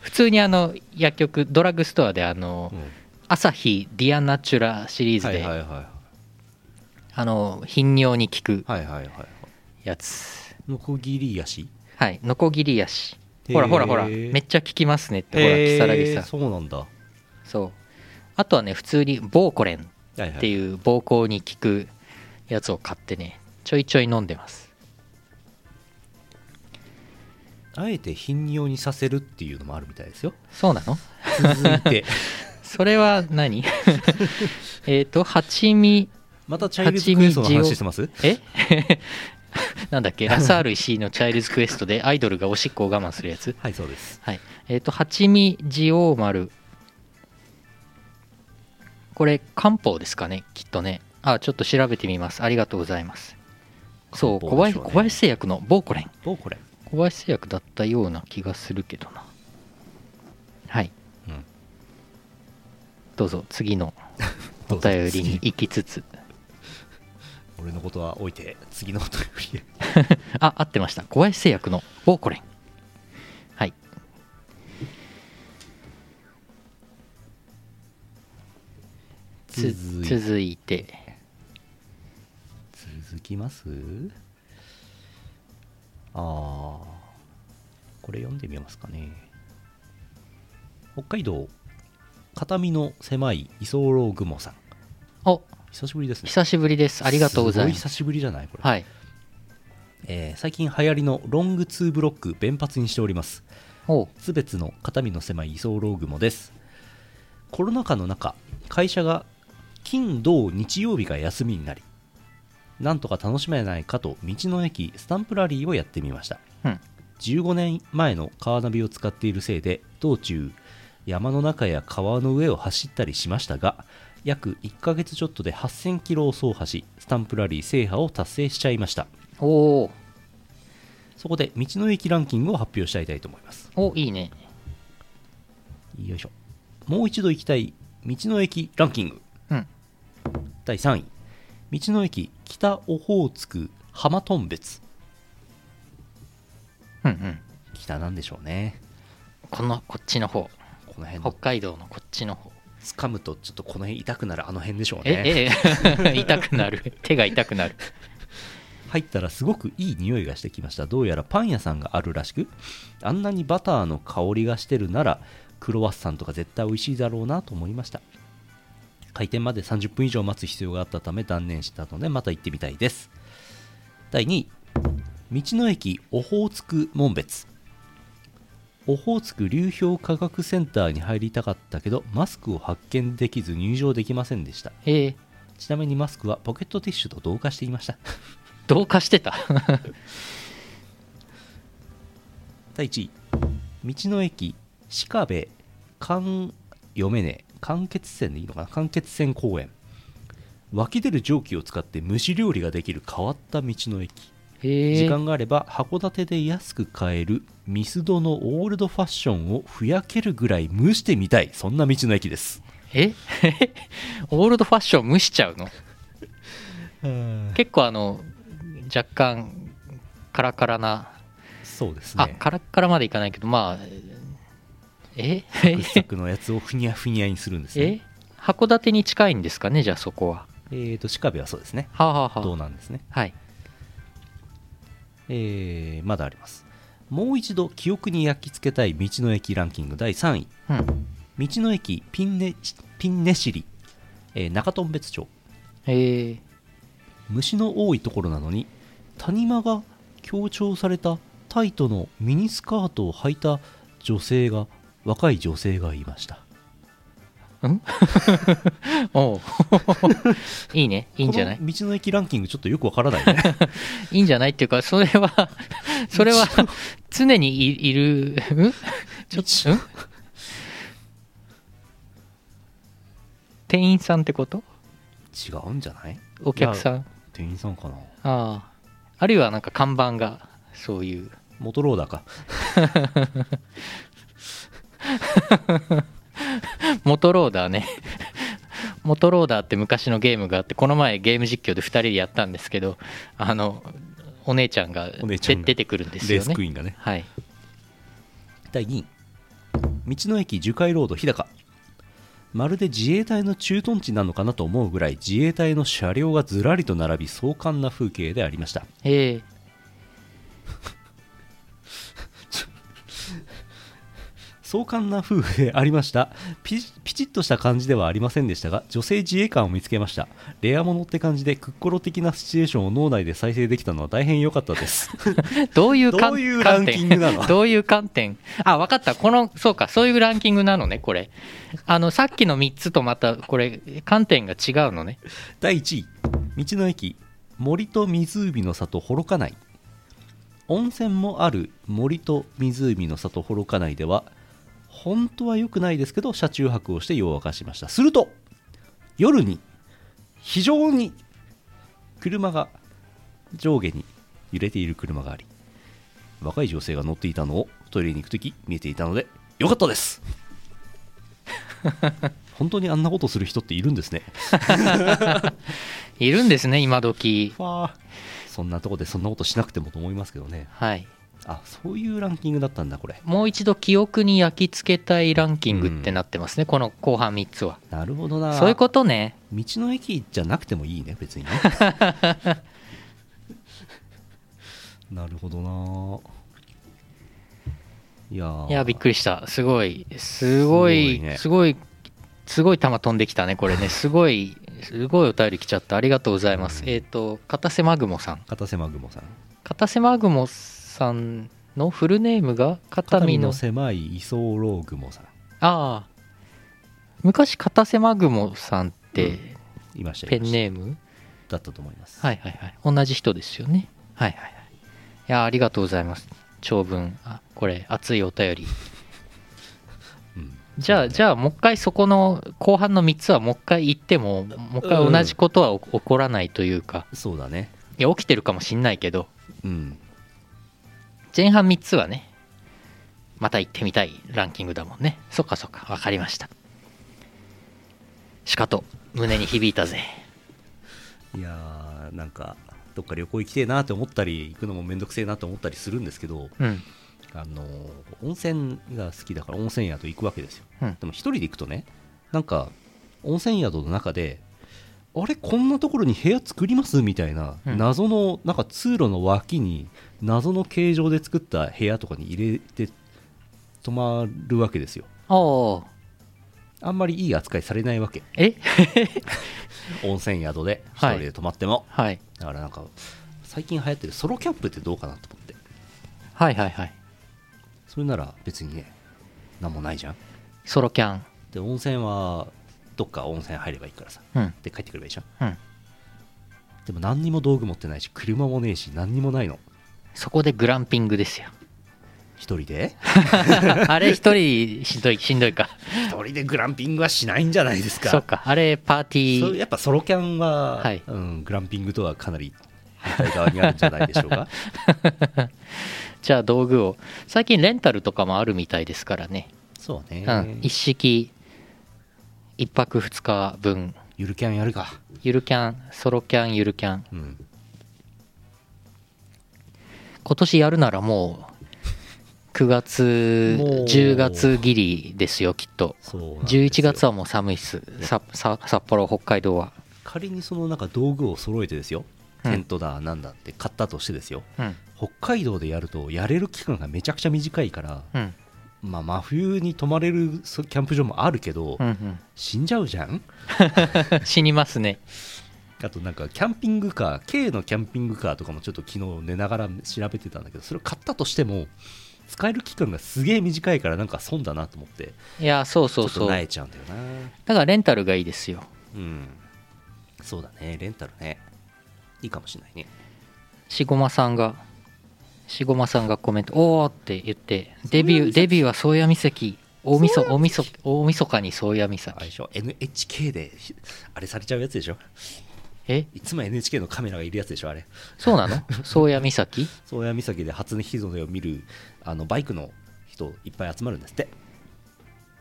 A: 普通にあの薬局、ドラッグストアであの、アサヒディアナチュラシリーズ
B: はいはい
A: で、
B: は
A: あの、頻尿に効く
B: いはいはいはい
A: やつ。
B: ノコギリ足
A: はい、ノコギリ足。
B: へー
A: ほらほらほら、めっちゃ効きますねって、ほら、
B: へ
A: 木
B: ー
A: 更木さん。
B: そうなんだは
A: そう。あとはね、普通にボーコレン
B: いはい
A: っていう膀胱に効くやつを買ってね、ちょいちょい飲んでます。
B: あえて頻尿にさせるっていうのもあるみたいです よ
A: そうなの
B: 続いて
A: それは何 えっと、蜂蜜。
B: またチャイルズクエストの話してます
A: え なんだっけラサール石井のチャイルズクエストでアイドルがおしっこを我慢するやつ
B: はいそうです
A: はいえっ、と八味ジオーマルこれ漢方ですかねきっとねあちょっと調べてみますありがとうございますそう、
B: 漢
A: 小
B: 方でし
A: 林
B: ょう
A: 小
B: ね
A: 林製薬のボーコレン
B: どうこれ
A: 小林製薬だったような気がするけどなはい
B: うん
A: どうぞ次のお便りに行きつつ
B: 俺のことは置いて次のお便りへ
A: あ、合ってました。小林製薬のボーコレン。はい。つ
B: 続いて
A: 続いて、
B: 続きますああこれ読んでみますかね北海道片身の狭い居候雲さん
A: お、
B: 久しぶりですね
A: 久しぶりです。ありがとうございますす。
B: ごい久しぶりじゃないこれ、
A: はい。
B: えー最近流行りのロングツーブロック弁髪にしております
A: おう
B: 津別の肩身の狭い居候雲ですコロナ禍の中会社が金土日曜日が休みになりなんとか楽しめないかと道の駅スタンプラリーをやってみました
A: うん。
B: 15年前のカーナビを使っているせいで道中山の中や川の上を走ったりしましたが約1ヶ月ちょっとで8000キロを走破しスタンプラリー制覇を達成しちゃいました
A: おお。
B: そこで道の駅ランキングを発表したいと思います
A: お、いいね。
B: よいしょもう一度行きたい道の駅ランキング
A: うん。
B: 第3位道の駅北オホーツク浜頓別
A: うんうん
B: 北なんでしょうね
A: このこっちの方
B: この辺
A: 北
B: の
A: 海道のこっちの方
B: 掴むとちょっとこの辺痛くなるあの辺でしょうね
A: えええ 痛くなる手が痛くなる
B: 入ったらすごくいい匂いがしてきましたどうやらパン屋さんがあるらしくあんなにバターの香りがしてるならクロワッサンとか絶対美味しいだろうなと思いました開店まで30分以上待つ必要があったため断念したのでまた行ってみたいです第2位道の駅オホーツク門別オホーツク流氷科学センターに入りたかったけどマスクを発見できず入場できませんでした
A: ええ
B: ちなみにマスクはポケットティッシュと同化していました
A: 同化して た
B: 第1位道の駅鹿部間読めねえ間欠泉でいいのかな間欠泉公園湧き出る蒸気を使って蒸し料理ができる変わった道の駅
A: ええ
B: 時間があれば函館で安く買えるミスドのオールドファッションをふやけるぐらい蒸してみたいそんな道の駅です
A: え オールドファッション無視ちゃうの結構あの若干カラカラな、
B: そうです
A: あ
B: ね
A: カラッカラまでいかないけどまあえ
B: 掘削のやつをふにゃふにゃにするんです
A: え
B: ね
A: 函館に近いんですかねじゃあそこは
B: えーと鹿部はそうですね
A: はあ、はあ
B: ど
A: は
B: うなんですね
A: あ、はい
B: えーまだありますもう一度記憶に焼き付けたい道の駅ランキング第3位
A: うん
B: 道の駅ピンネピンネシリ、えー中頓別町
A: ええ
B: 虫の多いところなのに谷間が強調されたタイトのミニスカートを履いた女性が若い女性がいました
A: おう いいねいいんじゃない
B: この道の駅ランキングちょっとよくわからな いね
A: いいんじゃないっていうかそれはそれは常にいいるうんちょ
B: 一
A: っと店員さんってこと
B: 違うんじゃない
A: お客さんあ
B: 店員さんかな
A: ああるいはなんか看板がそういう
B: モトローダーか
A: モトローダーね モトローダーって昔のゲームがあってこの前ゲーム実況で2人でやったんですけどあのお姉ちゃんが
B: お
A: で
B: 姉ちゃんが
A: 出てくるんです
B: レー
A: よ
B: スクイ
A: ね
B: ーンがね
A: はい
B: 第2位道の駅樹海ロード日高まるで自衛隊の駐屯地なのかなと思うぐらい自衛隊の車両がずらりと並び壮観な風景でありました
A: ええ
B: 壮観な風景ありましたピピチッとした感じではありませんでしたが女性自衛官を見つけましたレアものって感じでクッコロ的なシチュエーションを脳内で再生できたのは大変良かったです
A: どういう
B: ど
A: 観
B: ういうラ
A: 観
B: ン
A: 点
B: キングな の
A: どういう観点あ分かったこのそうかそういうランキングなのねこれあのさっきの3つとまたこれ観点が違うのね
B: 第1位道の駅森と湖の里幌加内温泉もある森と湖の里幌加内では本当は良くないですけど車中泊をして夜を明かしましたすると夜に非常に車が上下に揺れている車があり若い女性が乗っていたのをトイレに行く時見えていたので良かったです本当にあんなことする人っているんですね
A: いるんですね今時
B: そんなとこでそんなことしなくてもと思いますけどね
A: はい
B: あそういうランキングだったんだこれ
A: もう一度記憶に焼き付けたいランキングってなってますね、この後半3つは
B: なるほどな
A: そういうことね
B: 道の駅じゃなくてもいいね 別にねなるほどないやー
A: いやびっくりしたすごいすご
B: すご
A: い
B: いね
A: すごいすごい球飛んできたねこれねすごいすごいお便り来ちゃったありがとうございます、
B: うん
A: えっ、と片瀬マグモさん
B: 片瀬マグモさん
A: 片瀬マグモさんのフルネームが片
B: 肩
A: 見
B: 身
A: の
B: の狭い居候雲さん
A: ああ昔片瀬マグモさんって
B: いました
A: ペ
B: い
A: ン
B: ました
A: ネーム、
B: だったと思います、
A: はいはいはい同じ人ですよねはいはいはいいやありがとうございます長文あこれ熱いお便り
B: うん
A: じゃあじゃあもう一回そこの後半の3つはもう一回言ってももう一回同じことは起起こらないというか
B: そうだね
A: いや起きてるかもしんないけど
B: うん
A: 前半3つはねまた行ってみたいランキングだもんねそっかそっか分かりましたしかと胸に響いたぜ
B: いやーなんかどっか旅行行きてえなって思ったり行くのもめんどくせえなと思ったりするんですけど
A: うん
B: あの温泉が好きだから温泉宿行くわけですよ
A: うん
B: でも一人で行くとねなんか温泉宿の中であれこんなところに部屋作りますみたいな、
A: うん
B: 謎のなんか通路の脇に謎の形状で作った部屋とかに入れて泊まるわけですよ
A: ああ
B: あんまりいい扱いされないわけ
A: え
B: 温泉宿で一
A: はい
B: 人で泊まっても、
A: はい
B: だからなんか最近流行ってるソロキャンプってどうかなと思って
A: はいはいはい
B: それなら別にねなんもないじゃん
A: ソロキャン
B: で温泉はどっか温泉入ればいいからさ
A: うん
B: で帰ってくればいいじゃん
A: うん
B: でも何にも道具持ってないし車もねえし何にもないの
A: そこでグランピングですよ
B: 一人で
A: あれ一人しんどいしんどいか
B: 一人でグランピングはしないんじゃないですか
A: そっかあれパーティ
B: そう
A: ー
B: やっぱソロキャンは、
A: はい
B: うん、グランピングとはかなり反対側にあるんじゃないでしょうか
A: じゃあ道具を最近レンタルとかもあるみたいですからね、
B: そうね、
A: うん、一式一泊二日分
B: ゆるキャンやるか
A: ゆるキャンソロキャンゆるキャン
B: うん
A: 今年やるならもう9月
B: もう
A: 10月ギリですよきっと
B: そうなんですよ
A: 11月はもう寒いっすささ札幌北海道は
B: 仮にそのなんか道具を揃えてですよ
A: うん
B: テントだなんだって買ったとしてですよ、
A: うん
B: 北海道でやるとやれる期間がめちゃくちゃ短いから、
A: うん
B: まあ、真冬に泊まれるそキャンプ場もあるけど、
A: うん
B: 死んじゃうじゃん
A: うん死にますね
B: あとなんかキャンピングカー K のキャンピングカーとかもちょっと昨日寝ながら調べてたんだけどそれを買ったとしても使える期間がすげえ短いからなんか損だなと思って
A: いやそう
B: ち
A: そ
B: ょ
A: う
B: っと
A: そう
B: 萎え
A: だ
B: ちゃうんだよ
A: か
B: な
A: らレンタルがいいですよ
B: うんそうだねレンタルねいいかもしれないね
A: しごまさんがしごまさんがコメント「おー!」って言ってデビューデビューは宗谷岬大みそ大みそ大みそかに宗谷
B: あれ
A: 岬
B: でしょ NHK でひあれされちゃうやつでしょ
A: え
B: いつも NHK のカメラがいるやつでしょあれ
A: そう なの宗谷岬
B: 宗谷岬で初日の出を見るあのバイクの人いっぱい集まるんですって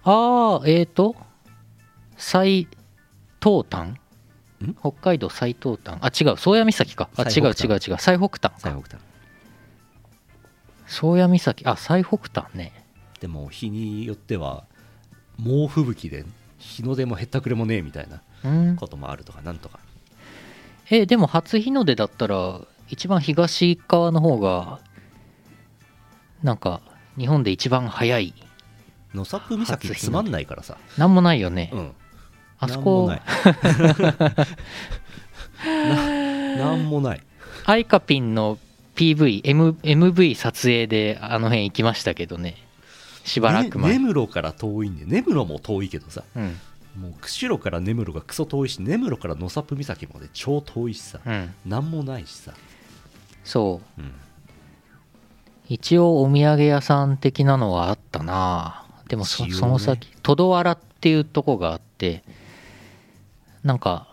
A: ああ、えーと、最東端
B: ん
A: 北海道最東端。あ、違う、宗谷岬か。あ、違
B: 最
A: う
B: 北
A: 違
B: 端
A: う違う。最北端
B: 最
A: か。
B: 北端
A: 宗谷岬。あ、最北端ね。
B: でも日によっては猛吹雪で日の出もへったくれもねえみたいな
A: うん。
B: こともあるとかなんとか
A: え、でも初日の出だったら、一番東側の方が、なんか、日本で一番早い。
B: 野作岬つまんないからさ、
A: なんもないよね
B: う。ん、
A: あそ
B: な
A: こ
B: んも、ない ななんもない
A: アイカピンの PV、M、MV 撮影であの辺行きましたけどね。しばらく前。
B: ね根室から遠いんで根室も遠いけどさ
A: うん。
B: もう釧路から根室がクソ遠いし根室から野作岬まで超遠いしさ、
A: うん。
B: なんもないしさ、
A: そう。
B: うん、
A: 一応お土産屋さん的なのはあったなでもそ,、
B: 一応ね
A: その先トドワラっていうとこがあってなんか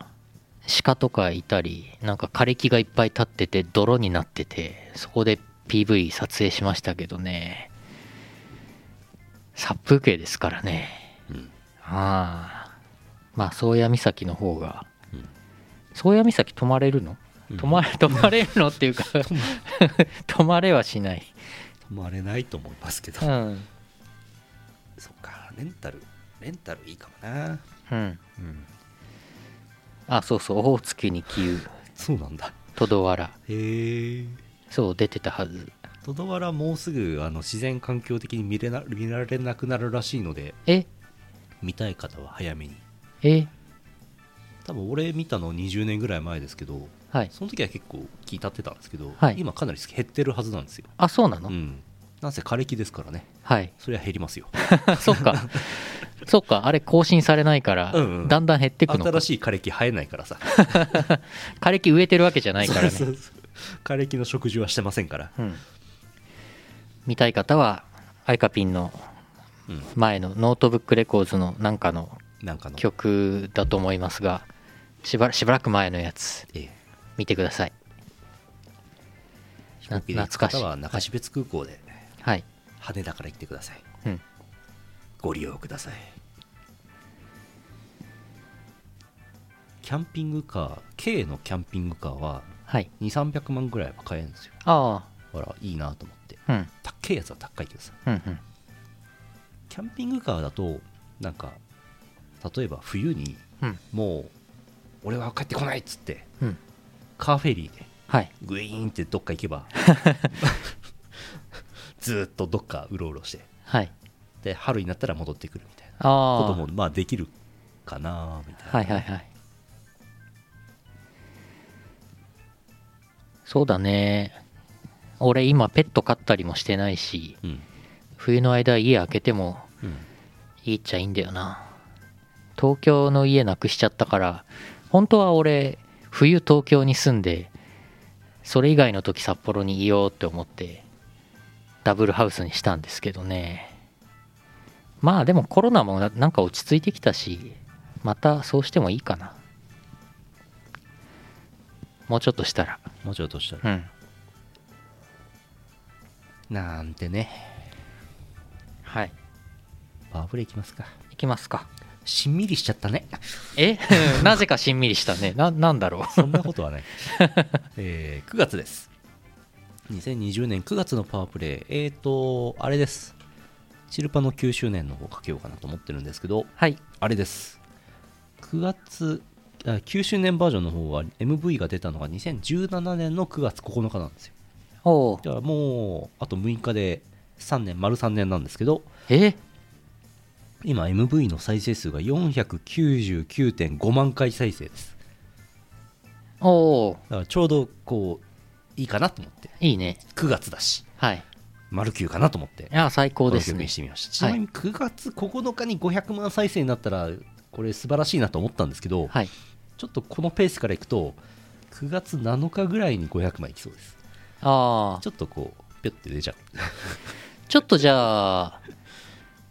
A: 鹿とかいたりなんか枯れ木がいっぱい立ってて泥になっててそこで PV 撮影しましたけどね殺風景ですからね
B: うん
A: ああまあ宗谷岬の方が
B: うん
A: 宗谷岬泊まれるの
B: うん
A: 泊まれ泊まれるのっていう か泊まれはしない
B: 泊まれないと思いますけど、
A: うん
B: そっかレンタルレンタルいいかもな、
A: うん、
B: うん、
A: あそうそうオホーツクに気憂
B: そうなんだ
A: トドワラ
B: へえ
A: そう出てたはず
B: トドワラもうすぐあの自然環境的に見れな見られなくなるらしいので
A: え
B: 見たい方は早めに
A: え
B: 多分俺見たの20年ぐらい前ですけど
A: はい
B: その時は結構気立ってたんですけど、
A: はい
B: 今かなり減ってるはずなんですよ、
A: あそうなの、
B: うん、なんせ枯れ木ですからね
A: はい
B: それは減りますよ
A: そっかそっかあれ更新されないから、
B: うんうん
A: だんだん減ってくの
B: 新
A: か
B: しい枯れ木生えないからさ
A: 枯れ木植えてるわけじゃないからね
B: そうそうそう枯れ木の植樹はしてませんから、
A: うん、見たい方はアイカピンの
B: うん、
A: 前のノートブックレコーズのなんかの
B: なんかの、
A: 曲だと思いますがしばらしばらく前のやつ
B: ええ、
A: 見てください
B: 飛
A: な
B: 行機で行く方は
A: 懐
B: 中
A: かしい
B: 標津空港で
A: はい、
B: 羽田から行ってください
A: うん、
B: ご利用くださいキャンピングカー K のキャンピングカーは
A: はい
B: 2300万ぐらいは買えるんですよ
A: あ
B: だからいいなと思って
A: あうん
B: 高いやつは高いけどさ
A: うんうん
B: キャンピングカーだとなんか例えば冬に
A: うん
B: もう俺は帰ってこないっつって
A: うん
B: カーフェリーで
A: はい
B: グイーンってどっか行けばずーっとどっかうろうろして
A: はい
B: で春になったら戻ってくるみたいな
A: ああ
B: こともまあできるかなみたいな、
A: はいはいはいそうだね俺今ペット飼ったりもしてないし
B: うん
A: 冬の間家開けても
B: うん、
A: いいっちゃいいんだよな東京の家なくしちゃったから本当は俺冬東京に住んでそれ以外の時札幌にいようって思ってダブルハウスにしたんですけどねまあでもコロナもななんか落ち着いてきたしまたそうしてもいいかなもうちょっとしたら
B: もうちょっとした
A: う
B: ら
A: ん
B: なんてね
A: はい
B: パワープレイいきますか
A: いきますか
B: しんみりしちゃったね
A: え なぜかしんみりしたねななんだろう
B: そんなことはない、 えー9月です2020年9月のパワープレイえっ、ー、とあれですチルパの9周年の方かけようかなと思ってるんですけど
A: はい
B: あれです9月あ9周年バージョンの方は MV が出たのが2017年の9月9日なんですよ
A: おう
B: だからもうあと6日で3年丸3年なんですけど
A: え
B: 今 MV の再生数が499.5万回再生です
A: おう
B: だからちょうどこういいかなと思って
A: いいね
B: 9月だし
A: はい。
B: 丸9かなと思って
A: いや、最高
B: この
A: です
B: 曲
A: ね
B: にし。てみましたち
A: は
B: ないみに9月9日に500万再生になったらこれ素晴らしいなと思ったんですけど、
A: はい。
B: ちょっとこのペースからいくと9月7日ぐらいに500万いきそうです
A: ああ、
B: ちょっとこうぴょって出ちゃう
A: ちょっとじゃあ、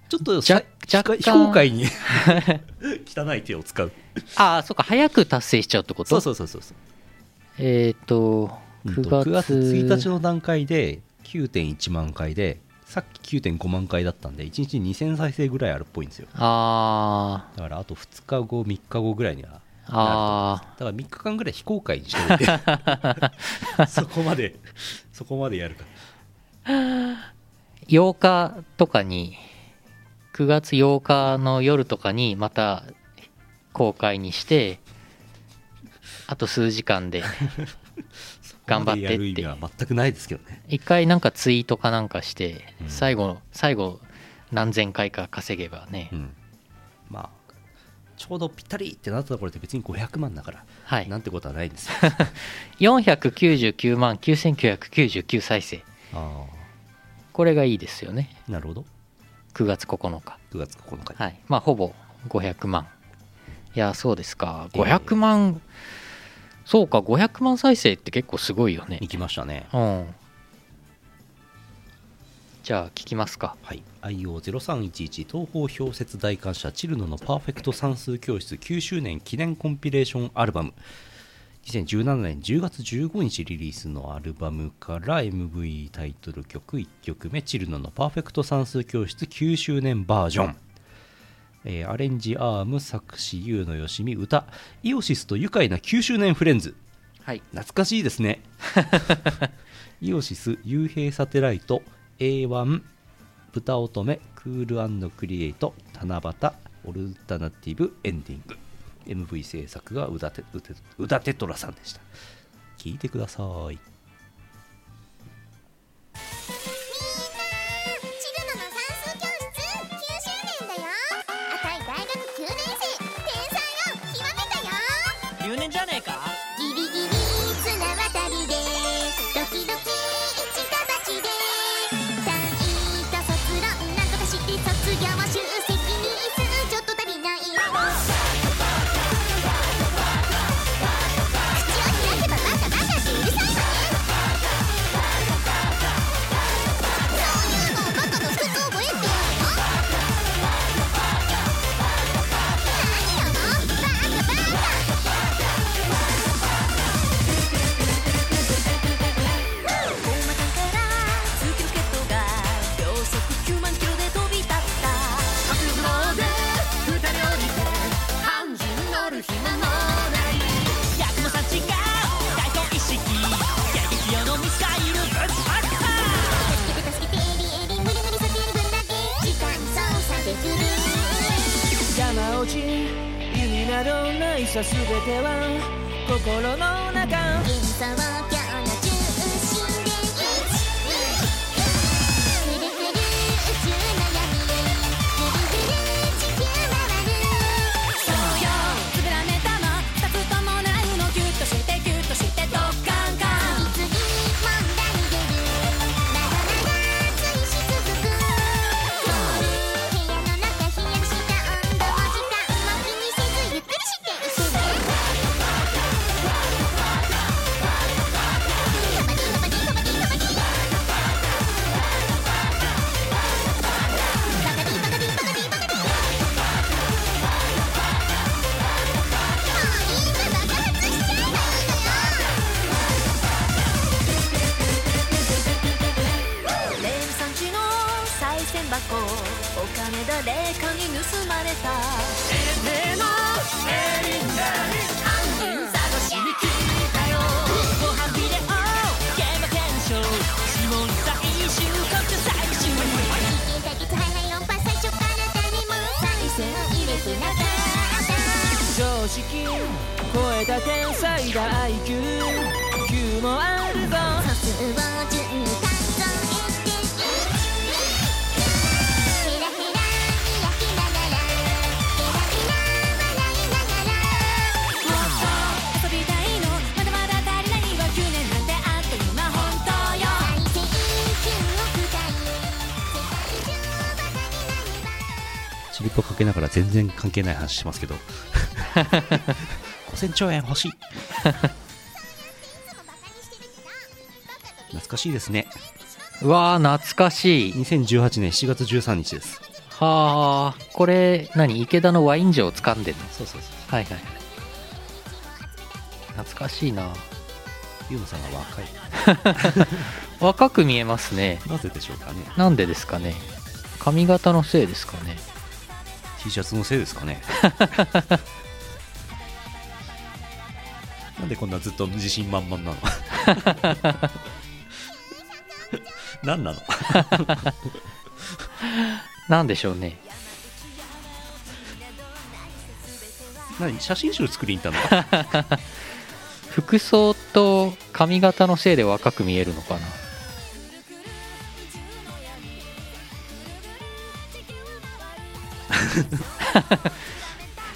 B: ちょっと
A: じゃ
B: さ
A: 若干
B: 非公開 に 汚い手を使う
A: ああ、そっか、早く達成しちゃうってこと
B: そうそうそうそう
A: えっ、と、
B: うん
A: 9
B: と
A: 月
B: 9月1日の段階で9.1万回でさっき9.5万回だったんで1日2000再生ぐらいあるっぽいんですよ
A: あ
B: だからあと2日後3日後ぐらいには
A: あ、あ
B: だから3日間ぐらい非公開 にしておいてそこまでそこまでやるか
A: あ、8日とかに、9月8日の夜とかにまた公開にして、あと数時間で、頑張ってって
B: そこまでやる意味は全くないですけどね
A: 一回なんかツイートかなんかして、
B: うん
A: 最後、最後、何千回か稼げばね、
B: うんまあちょうどぴったりってなったところで別に500万だから、
A: はい
B: な。んてことはない んですよ
A: 499万9999再生
B: あ
A: これがいいですよね
B: あなるほど
A: 9月9日
B: 9月9日に、
A: はいまあほぼ500万いやそうですか
B: ええ
A: 500万、そうか500万再生って結構すごいよね
B: 行きましたね
A: うんじゃあ聞きますか
B: はい、IO0311 東方氷雪大感謝チルノのパーフェクト算数教室9周年記念コンピレーションアルバム2017年10月15日リリースのアルバムから MV タイトル曲1曲目チルノのパーフェクト算数教室9周年バージョン、えーアレンジアーム作詞優のよしみ歌イオシスと愉快な9周年フレンズ
A: はい
B: 懐かしいですね イオシス幽閉サテライト A1 豚乙女クールクリエイト七夕オルタナティブエンディング MV 制作が宇田て宇田宇田テトラさんでした聞いてください
D: チルノの算数教室9周年だよあたい大学9年生天才を極めたよ
E: 留年じゃねえか
D: ギリギリ綱渡りでドキドキ近バチで単位と卒論なんとかして卒業集積に数ちょっと足りない口を開けばバカバカってうるさいわねそういうのをバカの一つ覚えてよ何よもうバカバカ
E: 大股から月ロケットが秒速9万キロで飛び立った白馬で二人降りて半時に乗る暇もない役の差違う大根意識
F: のうち意味などないさ全ては心の中
D: 幻想郷の中心でぐるぐる宇宙の闇ぐるぐる地球回る
E: 「ようつぶらめたま」「二つともないのギュッとしてギュッとしてドッカン
D: 次々問題出る長々
E: カン」
D: ついし続く部屋の中冷やした温度も時間も気にせずゆっくりしていくねもう今爆発しちゃえばいいのよ
E: 電産地の賽銭箱お金だ誰かに盗まれたエのエリンダリン探しに来たよご飯ビデオゲーム検証指紋採集こっち採集
D: 金だけハイハイ論破最初から誰も再生入れてなかった
F: 常識超えた天才だ IQ 級もあるぞ
D: 素を順に数えてヘラヘラに焼きながらヘラヘラ笑いながら
E: もっと遊びたいのまだまだ足りないわ9年なんてあっという間本当よ
D: 再生9億台世界中バカになれば
B: チリパかけながら全然関係ない話しますけ ど5000兆円欲しい
D: いつもバカにしてるけどバカと
B: 懐かしいですね
A: うわー懐かしい
B: 2018年7月13日です
A: はあこれ何池田のワイン錠掴んでんの
B: そうそうそう
A: はいはい懐かしいな
B: ゆうのさんが若い
A: 若く見えますね
B: なぜでしょうかね
A: なんでですかね髪型のせいですかね
B: T シャツのせいですかねなんでこんなずっと自信満々な の何なの
A: なんでしょうね
B: 何写真集作りに行ったの
A: 服装と髪型のせいで若く見えるのかな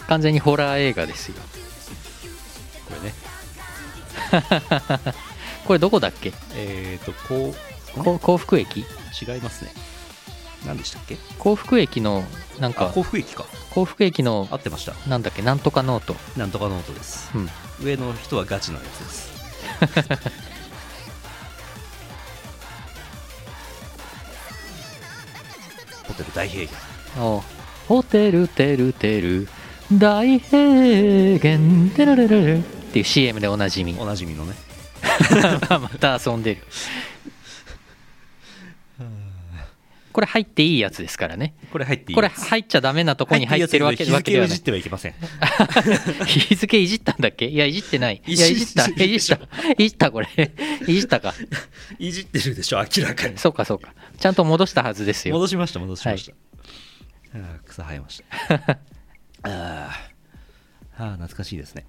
A: 完全にホラー映画ですよ
B: これね
A: これどこだっけ
B: えっ、ー、とこ
A: こ幸福駅
B: う違いますね何でしたっけ
A: 幸福駅のなん
B: あ
A: か
B: 幸福駅か
A: 幸福駅の
B: 合ってました
A: なんだっけなんとかノート
B: なんとかノートです
A: うん
B: 上の人はガチのやつですホテル大平原
A: おホテルテルテル大平原テルルルルっていう CM でおなじみ
B: おなじみのね
A: また遊んでるこれ入っていいやつですからね
B: これ入っていい
A: これ入っちゃダメなとこに入ってるわけわけでは
B: は日付をい
A: な
B: じっ
A: い
B: てはいけません
A: 日付いじったんだっけいやいじってないいやい
B: い
A: じ
B: じ
A: った
B: いじってる
A: いじったいじったこれいじったか
B: いじってるでしょ明らかに
A: そうかそうかちゃんと戻したはずですよ
B: 戻しました戻しました、ああ草生えました ああああ懐かしいですね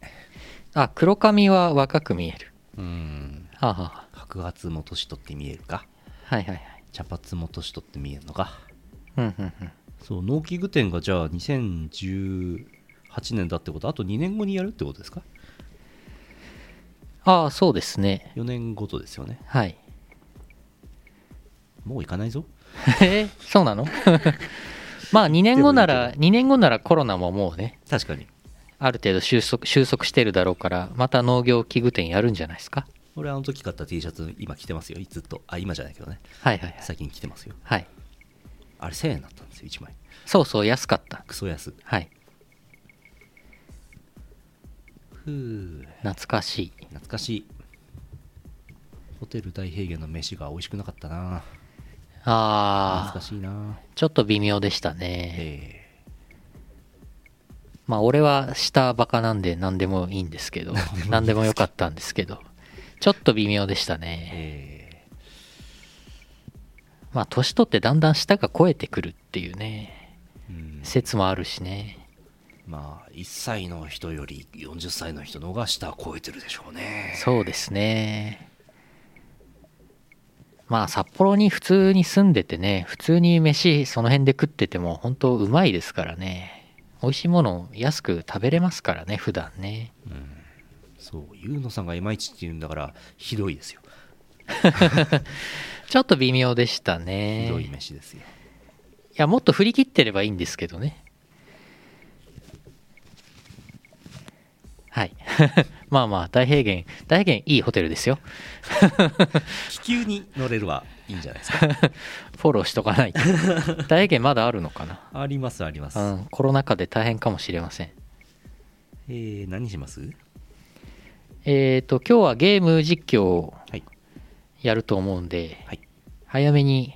A: あ黒髪は若く見える
B: うーん
A: はあ、はあ、
B: 白髪も年取って見えるか
A: はいはいはい
B: 茶髪も年取って見えるのか
A: うんうんうん
B: そう農機具店がじゃあ2018年だってことあと2年後にやるってことですか
A: ああそうですね
B: 4年ごとですよね
A: はい
B: もう行かないぞ
A: えそうなの まあ2年後なら
B: で
A: 2年後ならコロナももうね
B: 確かに
A: ある程度収束収束してるだろうからまた農業器具店やるんじゃないですか
B: 俺あの時買った T シャツ今着てますよずっとあ今じゃないけどね
A: はいはいはい、
B: 最近着てますよ
A: はい、
B: あれ1000円だったんですよ1枚
A: そうそう安かった
B: クソ安
A: はい
B: ふう
A: 懐かしい
B: 懐かしいホテル大平原の飯が美味しくなかったな
A: あ
B: 懐か
A: あ
B: しいな
A: ちょっと微妙でしたね
B: え
A: まあ俺は下バカなんで何でもいいんですけど 何でもよかったんですけどちょっと微妙でした
B: え
A: ね
B: え
A: まあ年取ってだんだん舌が肥えてくるっていうね
B: えうん
A: 説もあるしね
B: まあ1歳の人より40歳の人の方が下を超えてるでしょうね
A: そうですねまあ札幌に普通に住んでてね普通に飯その辺で食ってても本当うまいですからね美味しいものを安く食べれますからね普段ね
B: そうゆうのさんがいまいちって言うんだからひどいですよ
A: ちょっと微妙でしたね
B: ひどい飯ですよ、
A: いやもっと振り切ってればいいんですけどねはい まあまあ大平原大平原いいホテルですよ
B: 気球に乗れるはいいんじゃないです か
A: フォローしとか ないと大平原まだあるのかな
B: ありますあります、
A: うん、コロナ禍で大変かもしれません
B: えー、何します
A: えっ、と今日はゲーム実況を
B: はい
A: やると思うんで、
B: はい
A: 早めに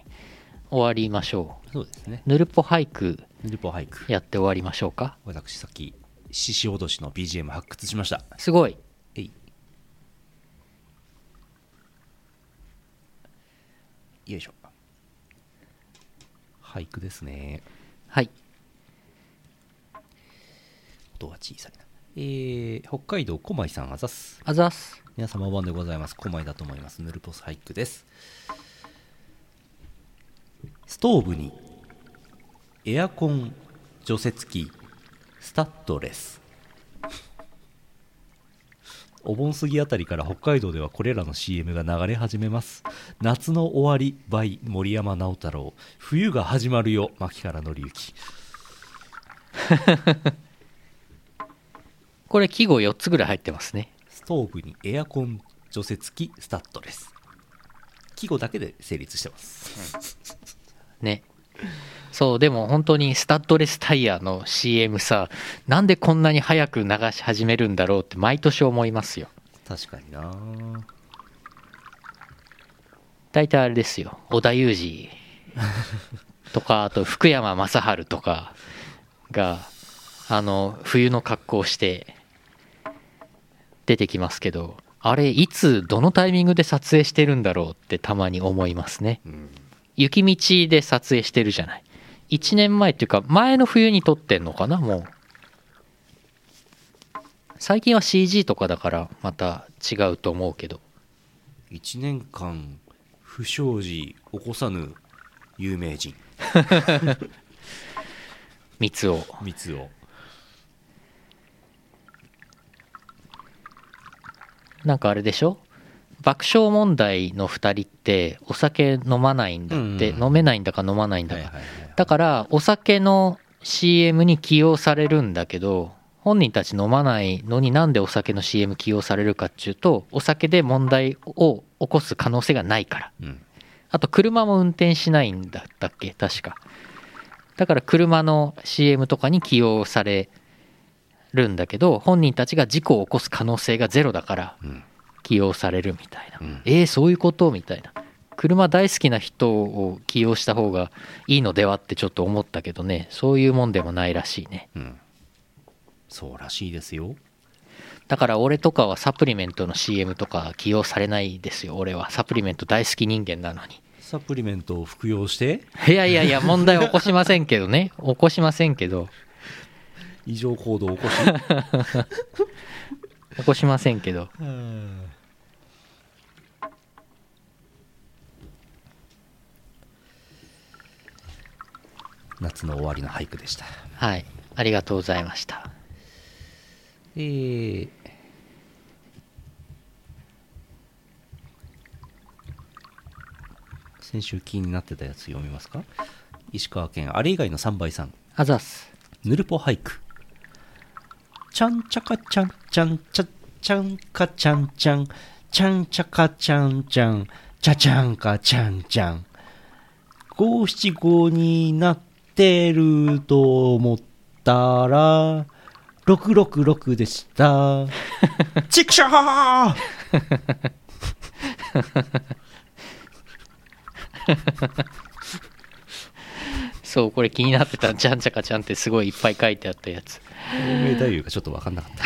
A: 終わりましょ
B: そうですね
A: うぬるぽ俳句
B: ヌルポ俳句
A: やって終わりましょうか
B: 私さっき獅子おどしの BGM 発掘しました
A: すごい
B: えいよいしょ俳句ですね
A: はい
B: 音は小さいなえー、北海道小舞さんあざっす
A: あざっす
B: 皆様お晩でございます小舞だと思いますヌルポス俳句ですストーブにエアコン除雪機スタッドレスお盆過ぎあたりから北海道ではこれらの CM が流れ始めます夏の終わり by 森山直太朗冬が始まるよ牧原紀之
A: これ季語4つぐらい入ってますね
B: ストーブにエアコン除雪機スタッドレス季語だけで成立してます
A: ねそうでも本当にスタッドレスタイヤの CM さなんでこんなに早く流し始めるんだろうって毎年思いますよ
B: 確かにな
A: 大体あれですよ織田裕二とかあと福山雅治とかがあの冬の格好をして出てきますけどあれいつどのタイミングで撮影してるんだろうってたまに思いますね、雪道で撮影してるじゃない1年前っていうか前の冬に撮ってんのかなもう最近は CG とかだからまた違うと思うけど
B: 1年間不祥事起こさぬ有名人
A: 三つを
B: 三つを
A: なんかあれでしょ爆笑問題の2人ってお酒飲まないんだって、
B: うんうん
A: 飲めないんだか飲まないんだか、
B: はいはいはい
A: だからお酒の CM に起用されるんだけど本人たち飲まないのになんでお酒の CM 起用されるかっちゅうとお酒で問題を起こす可能性がないから
B: うん
A: あと車も運転しないんだったっけ確かだから車の CM とかに起用されるんだけど本人たちが事故を起こす可能性がゼロだから
B: うん
A: 起用されるみたいな、
B: うん
A: えーそういうことみたいな車大好きな人を起用した方がいいのではってちょっと思ったけどねそういうもんでもないらしいね
B: うんそうらしいですよ
A: だから俺とかはサプリメントの CM とか起用されないですよ俺はサプリメント大好き人間なのに
B: サプリメントを服用して
A: いやいやいや問題起こしませんけどね起こしませんけど
B: 異常行動を起こし
A: 起こしませんけど
B: 夏の終わりの俳句でした
A: はいありがとうございました
B: えー先週気になってたやつ読みますか石川県あれ以外の3倍さん
A: あざっす
B: ぬるぽ俳句ちゃんちゃかちゃんちゃんちゃちゃんかちゃんちゃんちゃんちゃかちゃんちゃんちゃちゃんかちゃんちゃん五七五になってると思ったら六六六で したちくし ょー
A: そうこれ気になってたちゃんちゃかちゃんってすごいいっぱい書いてあったやつ
B: 透明太夫がちょっと分かんなかった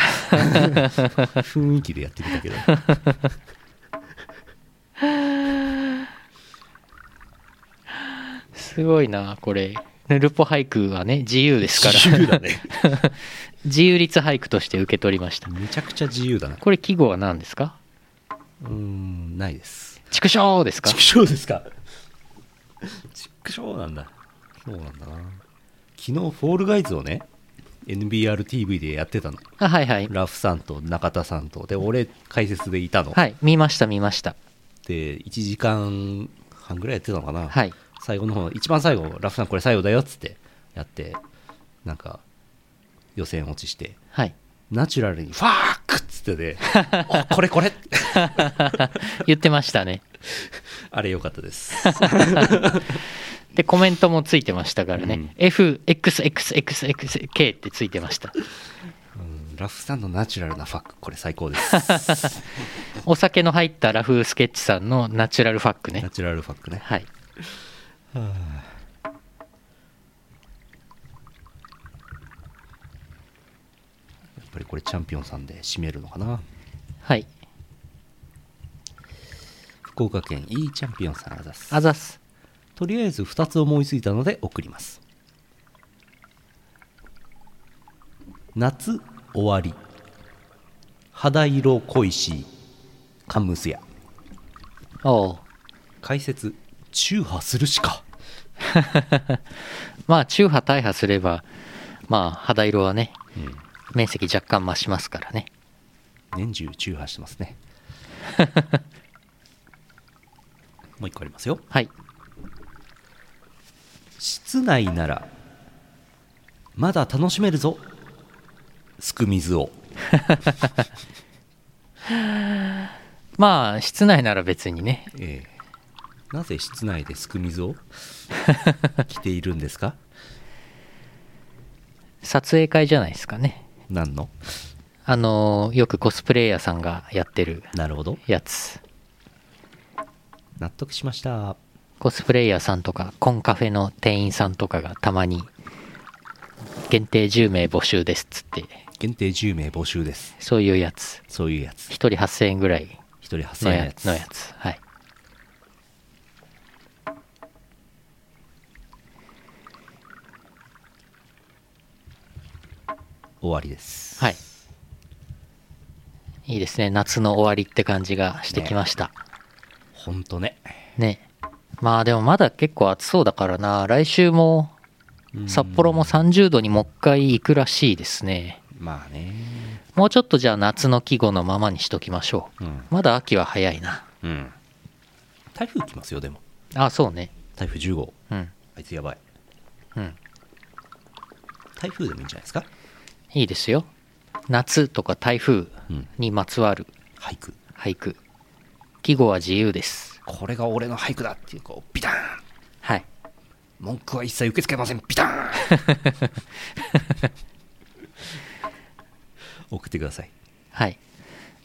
B: 雰囲気でやってみた けど
A: すごいなこれヌルポ俳句はね自由ですから
B: 自由だね
A: 自由律俳句として受け取りました
B: めちゃくちゃ自由だな
A: これ季語は何ですか
B: うーんないです
A: 畜生ですか
B: 畜生ですか畜生なんだそうなんだな昨日フォールガイズをね NBRTV でやってたの
A: あはいはい
B: ラフさんと中田さんとで俺解説でいたの、
A: はい見ました見ました
B: で1時間半ぐらいやってたのかな、
A: はい
B: 最後の方一番最後ラフさんこれ最後だよっつってやってなんか予選落ちして
A: はい
B: ナチュラルに「ファーク!」っつって ね「おこれこれ!」
A: 言ってましたね
B: あれよかったです
A: でコメントもついてましたからね、
B: うん
A: FXXXXK ってついてました
B: うんラフさんのナチュラルなファックこれ最高です
A: お酒の入ったラフスケッチさんのナチュラルファックね
B: ナチュラルファックね
A: はい
B: やっぱりこれチャンピオンさんで締めるのかな
A: はい
B: 福岡県いいチャンピオンさんあざっす
A: あざっす
B: とりあえず2つ思いついたので送ります夏終わり肌色恋しいカンムスや
A: おう
B: 解説中波するしか
A: まあ中波大波すればまあ肌色はね、面積若干増しますからね
B: 年中中波してま すねもう一個ありますよ
A: はい
B: 室内ならまだ楽しめるぞすく水を
A: まあ室内なら別にね
B: ええ、なぜ室内ですく 水を着ているんですか
A: 撮影会じゃないですかね
B: 何の
A: あのーよくコスプレイヤーさんがやってる
B: なるほど
A: やつ
B: 納得しました
A: コスプレイヤーさんとかコンカフェの店員さんとかがたまに限定10名募集ですっつって
B: 限定10名募集です
A: そういうやつ
B: そういうやつ
A: 1人8000円ぐらい
B: 1人8000
A: の
B: 円の
A: や
B: や
A: つ
B: つ
A: のやつはい
B: 終わりです
A: はいいいですね夏の終わりって感じがしてきました
B: ほんとね
A: ねまあでもまだ結構暑そうだからな来週も札幌も30度にもう一回行くらしいですね
B: まあね
A: もうちょっとじゃあ夏の季語のままにしときましょう
B: うん
A: まだ秋は早いな
B: うん台風来ますよでも
A: あそうね
B: 台風10号
A: うん
B: あいつやばい
A: うん
B: 台風でもいいんじゃないですか
A: いいですよ夏とか台風
B: うん
A: にまつわる
B: 俳句
A: 俳句季語は自由です
B: これが俺の俳句だっていうこうビターン
A: はい
B: 文句は一切受け付けませんビターン 送ってください
A: はい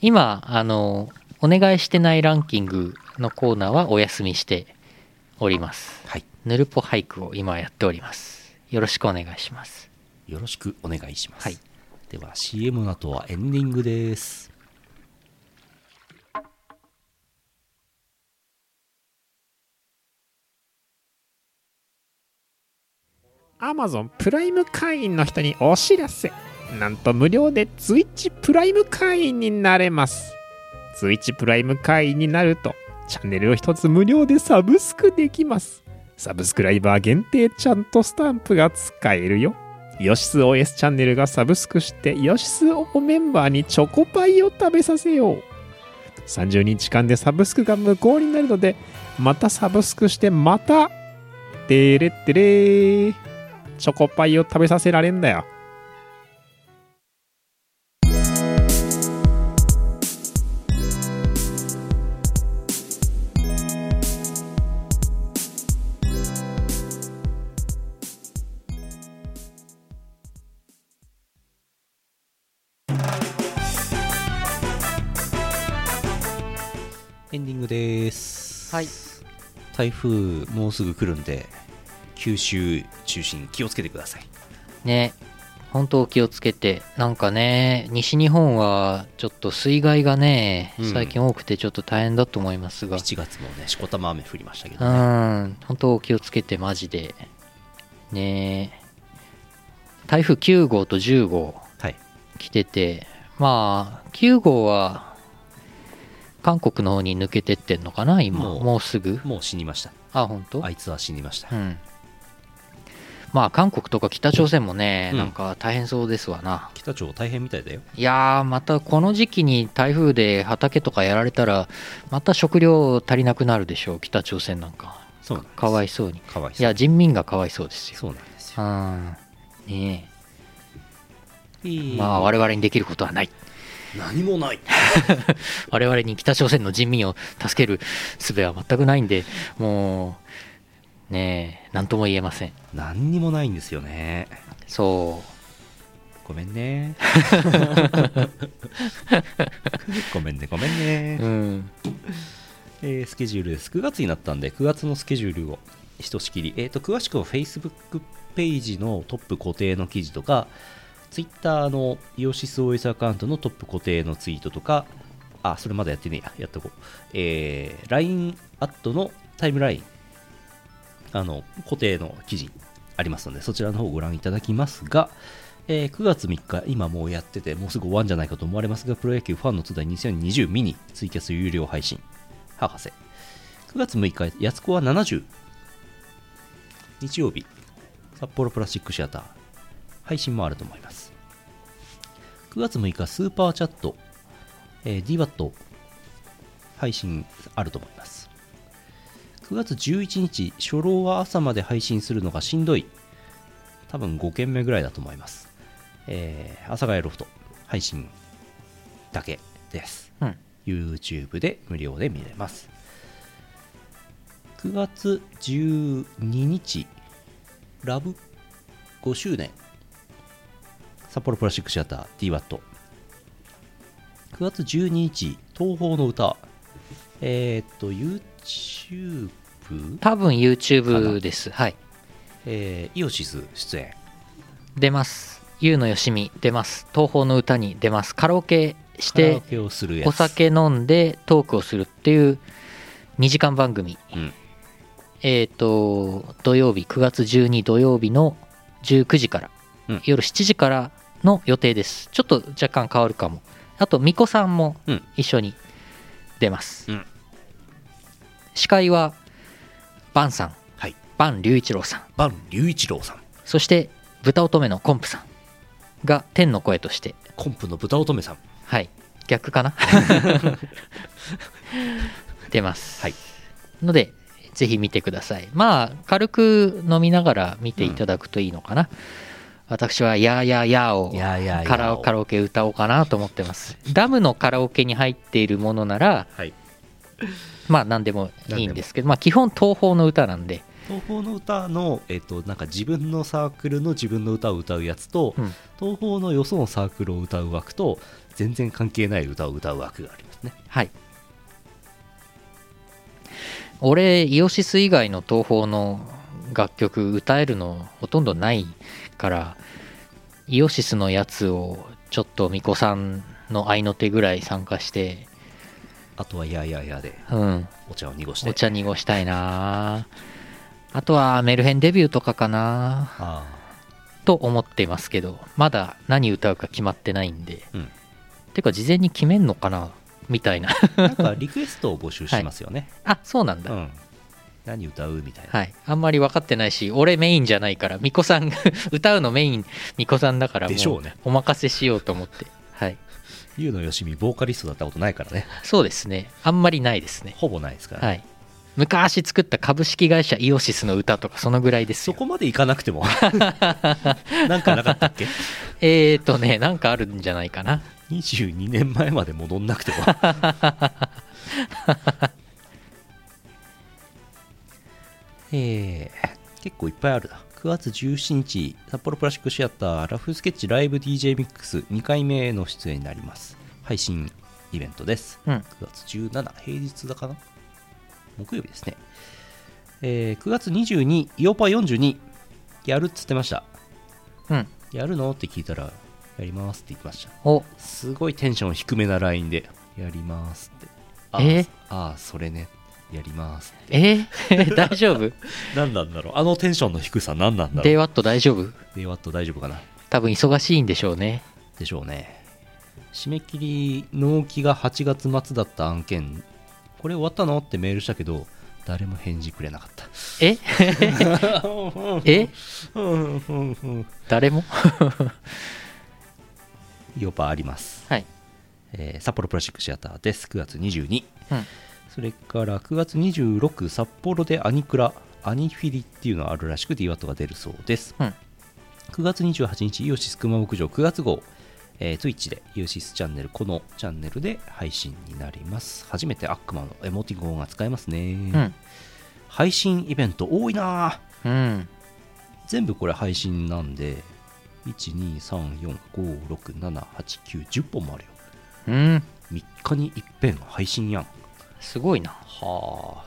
A: 今あのお願いしてないランキングのコーナーはお休みしております
B: はい
A: ぬるぽ俳句を今やっておりますよろしくお願いします
B: よろしくお願いします、
A: はい
B: では CM の後はエンディングです
G: Amazon プライム会員の人にお知らせなんと無料で Twitch プライム会員になれます Twitch プライム会員になるとチャンネルを一つ無料でサブスクできますサブスクライバー限定ちゃんとスタンプが使えるよヨシス OS チャンネルがサブスクしてヨシスオメンバーにチョコパイを食べさせよう30日間でサブスクが無効になるのでまたサブスクしてまたてれってれーチョコパイを食べさせられんだよ。
B: エンディングです
A: はい
B: 台風もうすぐ来るんで九州中心気をつけてください
A: ね本当気をつけてなんかね西日本はちょっと水害がね
B: うん
A: 最近多くてちょっと大変だと思いますが、
B: 7月もねしこたま雨降りましたけ
A: う
B: どね
A: ん、本当お気をつけて、マジで。ねえ台風9号と10号
B: はい
A: 来ててまあ9号は韓国の方に抜けてってんのかな今
B: も
A: も
B: う
A: うすぐ
B: もう死にました
A: あ本当
B: あいつは死にました
A: うんまあ韓国とか北朝鮮もね、
B: うん
A: なんか大変そうですわな
B: 北朝大変みたいだよ
A: いやーまたこの時期に台風で畑とかやられたらまた食料足りなくなるでしょう北朝鮮なんか
B: そうなんです
A: かわい
B: そ
A: そうに
B: うかわい
A: い
B: そう
A: や人民がかわいそうですよ
B: そうなんですよ
A: うんねえまあ我々にできることはない
B: 何もない
A: 我々に北朝鮮の人民を助ける術は全くないんでもうねえ何とも言えません
B: 何にもないんですよね
A: そ
B: ごめん ねごめんねごめん
A: う
B: ね、
A: うん
B: えースケジュールです9月になったんで9月のスケジュールをひとしきり、えー、と詳しくは Facebook ページのトップ固定の記事とか Twitter のイオシス OS アカウントのトップ固定のツイートとかあそれまだやってねえややっとこう、えー LINE アットのタイムラインあの固定の記事ありますのでそちらの方をご覧いただきますが、えー9月3日今もうやっててもうすぐ終わるんじゃないかと思われますがプロ野球ファンの集い2020ミニツイキャス有料配信博士9月6日安子は70日曜日札幌プラスチックシアター配信もあると思います9月6日スーパーチャット、えー、DWAT 配信あると思います9月11日初老は朝まで配信するのがしんどい多分5件目ぐらいだと思いますえー、阿佐ヶ谷ロフト配信だけです
A: うん
B: YouTube で無料で見れます9月12日ラブ5周年札幌プラスチックシアター DWAT9 月12日東宝の歌えーっと YouTube
A: 多分 YouTube ですはい
B: えーイオシス出演
A: 出ますゆうのよしみ出ます東宝の歌に出ますカラオケし
B: カラ
A: て
B: オケをするやつ
A: お酒飲んでトークをするっていう2時間番組、
B: うん
A: えっ、と土曜日9月12土曜日の19時から、
B: うん
A: 夜7時からの予定ですちょっと若干変わるかもあと巫女さんも
B: うん
A: 一緒に出ます、
B: うん
A: 司会はバンさん、
B: はい
A: バン隆一郎さん
B: バン隆一郎さん
A: そして豚乙女のコンプさんが天の声として
B: コンプの豚乙女さん
A: はい逆 かな出ます、
B: はい
A: のでぜひ見てくださいまあ軽く飲みながら見ていただくといいのかな、私は「やーやーやー」を
B: やーやーやーを
A: カラオカラオケ歌おうかなと思ってますダムのカラオケに入っているものなら
B: はい
A: まあ何でもいいんですけどまあ基本東宝の歌なんで
B: 東宝の歌の、えっとなんか自分のサークルの自分の歌を歌うやつと、
A: うん
B: 東宝のよそのサークルを歌う枠と全然関係ない歌を歌う枠がありますね
A: はい。俺、イオシス以外の東宝の楽曲歌えるのほとんどないから、イオシスのやつをちょっと巫女さんの合いの手ぐらい参加して、
B: あとは「やーやーやー」で
A: うん、
B: お茶を濁して
A: お茶濁したいなあとはメルヘンデビューとかかな
B: あ
A: と思っていますけど、まだ何歌うか決まってないんで、
B: うん
A: てか事前に決めんのかなみたいな。
B: あなんかリクエストを募集しますよね、
A: あ、そうなんだ。
B: うん何歌うみたいな、
A: はい、あんまり分かってないし俺メインじゃないから巫女さんが 歌うのメイン巫女さんだからも
B: でしょうね
A: お任せしようと思って、はい、
B: ゆうのよしみボーカリストだったことないからね
A: そうですねあんまりないですね、
B: ほぼないですから、
A: はい、昔作った株式会社イオシスの歌とかそのぐらいです
B: そ
A: よ
B: こまでいかなくても なんかなかったっけ
A: えーとねなんかあるんじゃないかな
B: 22年前まで戻んなく てもえー結構いっぱいあるな9月17日札幌プラスチックシアターラフスケッチライブ DJ ミックス2回目の出演になります配信イベントです、
A: うん
B: 9月17平日だかな木曜日ですね、えー9月22イオパ42やるっつってました
A: うん
B: やるのって聞いたらやりますって言ってました
A: お
B: すごいテンション低めなラインでやりますってあ、
A: え
B: あそれねやります
A: えー 大丈夫
B: 何なんだろうあのテンションの低さ何なんだろ
A: デイ
B: う
A: ワット大丈夫
B: デイワット大丈夫かな
A: 多分忙しいんでしょうね
B: でしょうね締め切り納期が8月末だった案件これ終わったのってメールしたけど誰も返事くれなかった
A: え え誰も
B: ヨパあります、
A: はい
B: えー札幌プラスチックシアターです9月22、
A: うん
B: それから9月26札幌でアニクラアニフィリっていうのがあるらしく DWAT が出るそうです、
A: うん
B: 9月28日イオシス熊牧場9月号えー、Twitch でイオシスチャンネルこのチャンネルで配信になります初めて悪魔のエモティコンが使えますね、
A: うん
B: 配信イベント多いなあ
A: うん
B: 全部これ配信なんで12345678910本もあるよ
A: うん
B: 3日に一遍配信やん
A: すごいな
B: はあ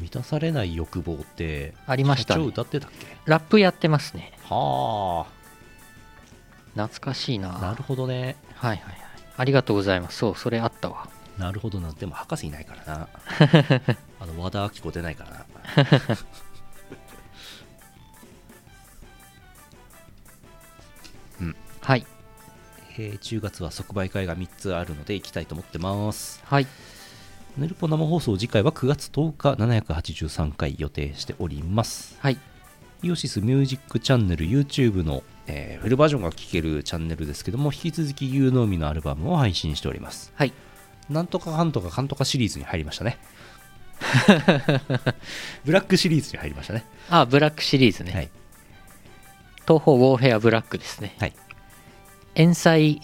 B: 満たされない欲望って
A: ありました
B: 社
A: ね
B: 長歌ってたっけ
A: ラップやってますね
B: は
A: 懐かしいな
B: あなるほどね
A: はいはいはいありがとうございますそうそれあったわ
B: なるほどなでも博士いないから なあの和田アキ子出ないからな
A: はい
B: えー10月は即売会が3つあるので行きたいと思ってます
A: はい
B: ヌルポ生放送次回は9月10日783回予定しております
A: はい
B: イオシスミュージックチャンネル YouTube の、えーフルバージョンが聴けるチャンネルですけども引き続き有能みのアルバムを配信しております
A: はい
B: なんとかかんとかかんとかシリーズに入りまし たねブラックシリーズに入りましたね
A: あブラックシリーズね、
B: はい
A: 東方ウォーフェアブラックですね
B: はい
A: エンサイ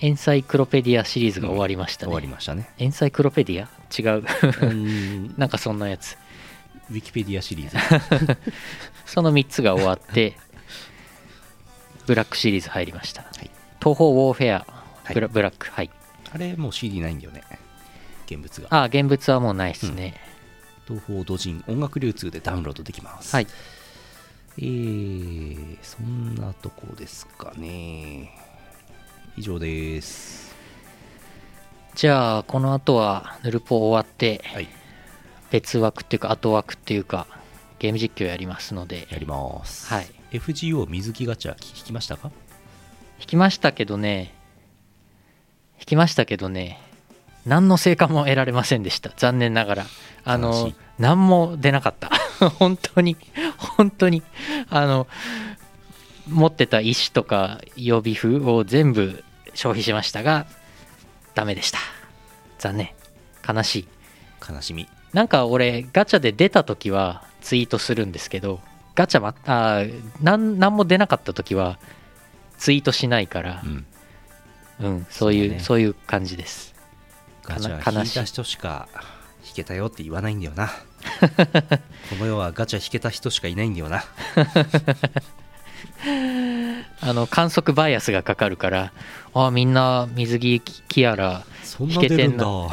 A: エンサイクロペディアシリーズが終わりましたね、
B: 終わりましたね
A: エンサイクロペディア違う
B: う ーん
A: なんかそんなやつ
B: ウィキペディアシリ ーズ
A: その3つが終わってブラックシリーズ入りました、
B: い
A: 東方ウォーフェアブラ,、
B: は
A: ブラックはい
B: あれもう CD ないんだよね現物が
A: あ現物はもうないですね、
B: 東方土人音楽流通でダウンロードできます
A: はい
B: えー、そんなとこですかね。以上です。
A: じゃあこの後はヌルポ終わって
B: はい、
A: 別枠っていうか後枠っていうかゲーム実況やりますので
B: やります。
A: はい
B: FGO 水木ガチャ聞きましたか
A: 引きましたけどね引きましたけどね何の成果も得られませんでした残念ながらあ
B: 悲し
A: の
B: い
A: 何も出なかった 本当に本当にあの持ってた石とか予備符を全部消費しましたがダメでした残念悲しい
B: 悲しみ。
A: なんか俺ガチャで出た時はツイートするんですけどガチャまあーなん何も出なかった時はツイートしないから
B: う、ん。
A: うん、そういうそ
B: そう
A: う,、
B: だね
A: いう感じです。
B: ガチャ
A: かな悲
B: 引い
A: しい
B: た人しか引けたよって言わないんだよ な。この世はガチャ引けた人しかいないんだよな。
A: あの観測バイアスがかかるから、あみんな水着キキアラ
B: そんな出るん だ。そ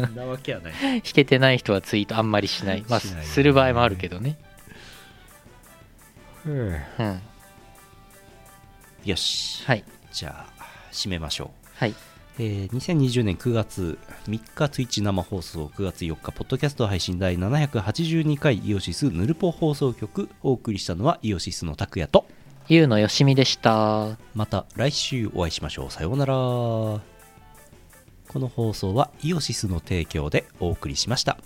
B: んなわけやない。
A: 引けてない人はツイートあんまりしない。まあ
B: しないね
A: する場合もあるけどね。うん、
B: よし。
A: はい
B: じゃあ、締めましょう。
A: はい
B: えー2020年9月3日、ツイッチ生放送、9月4日、ポッドキャスト配信第782回イオシスヌルポ放送局、お送りしたのはイオシスの拓也と、
A: ゆうのよしみでした。
B: また来週お会いしましょう。さようなら。この放送はイオシスの提供でお送りしました。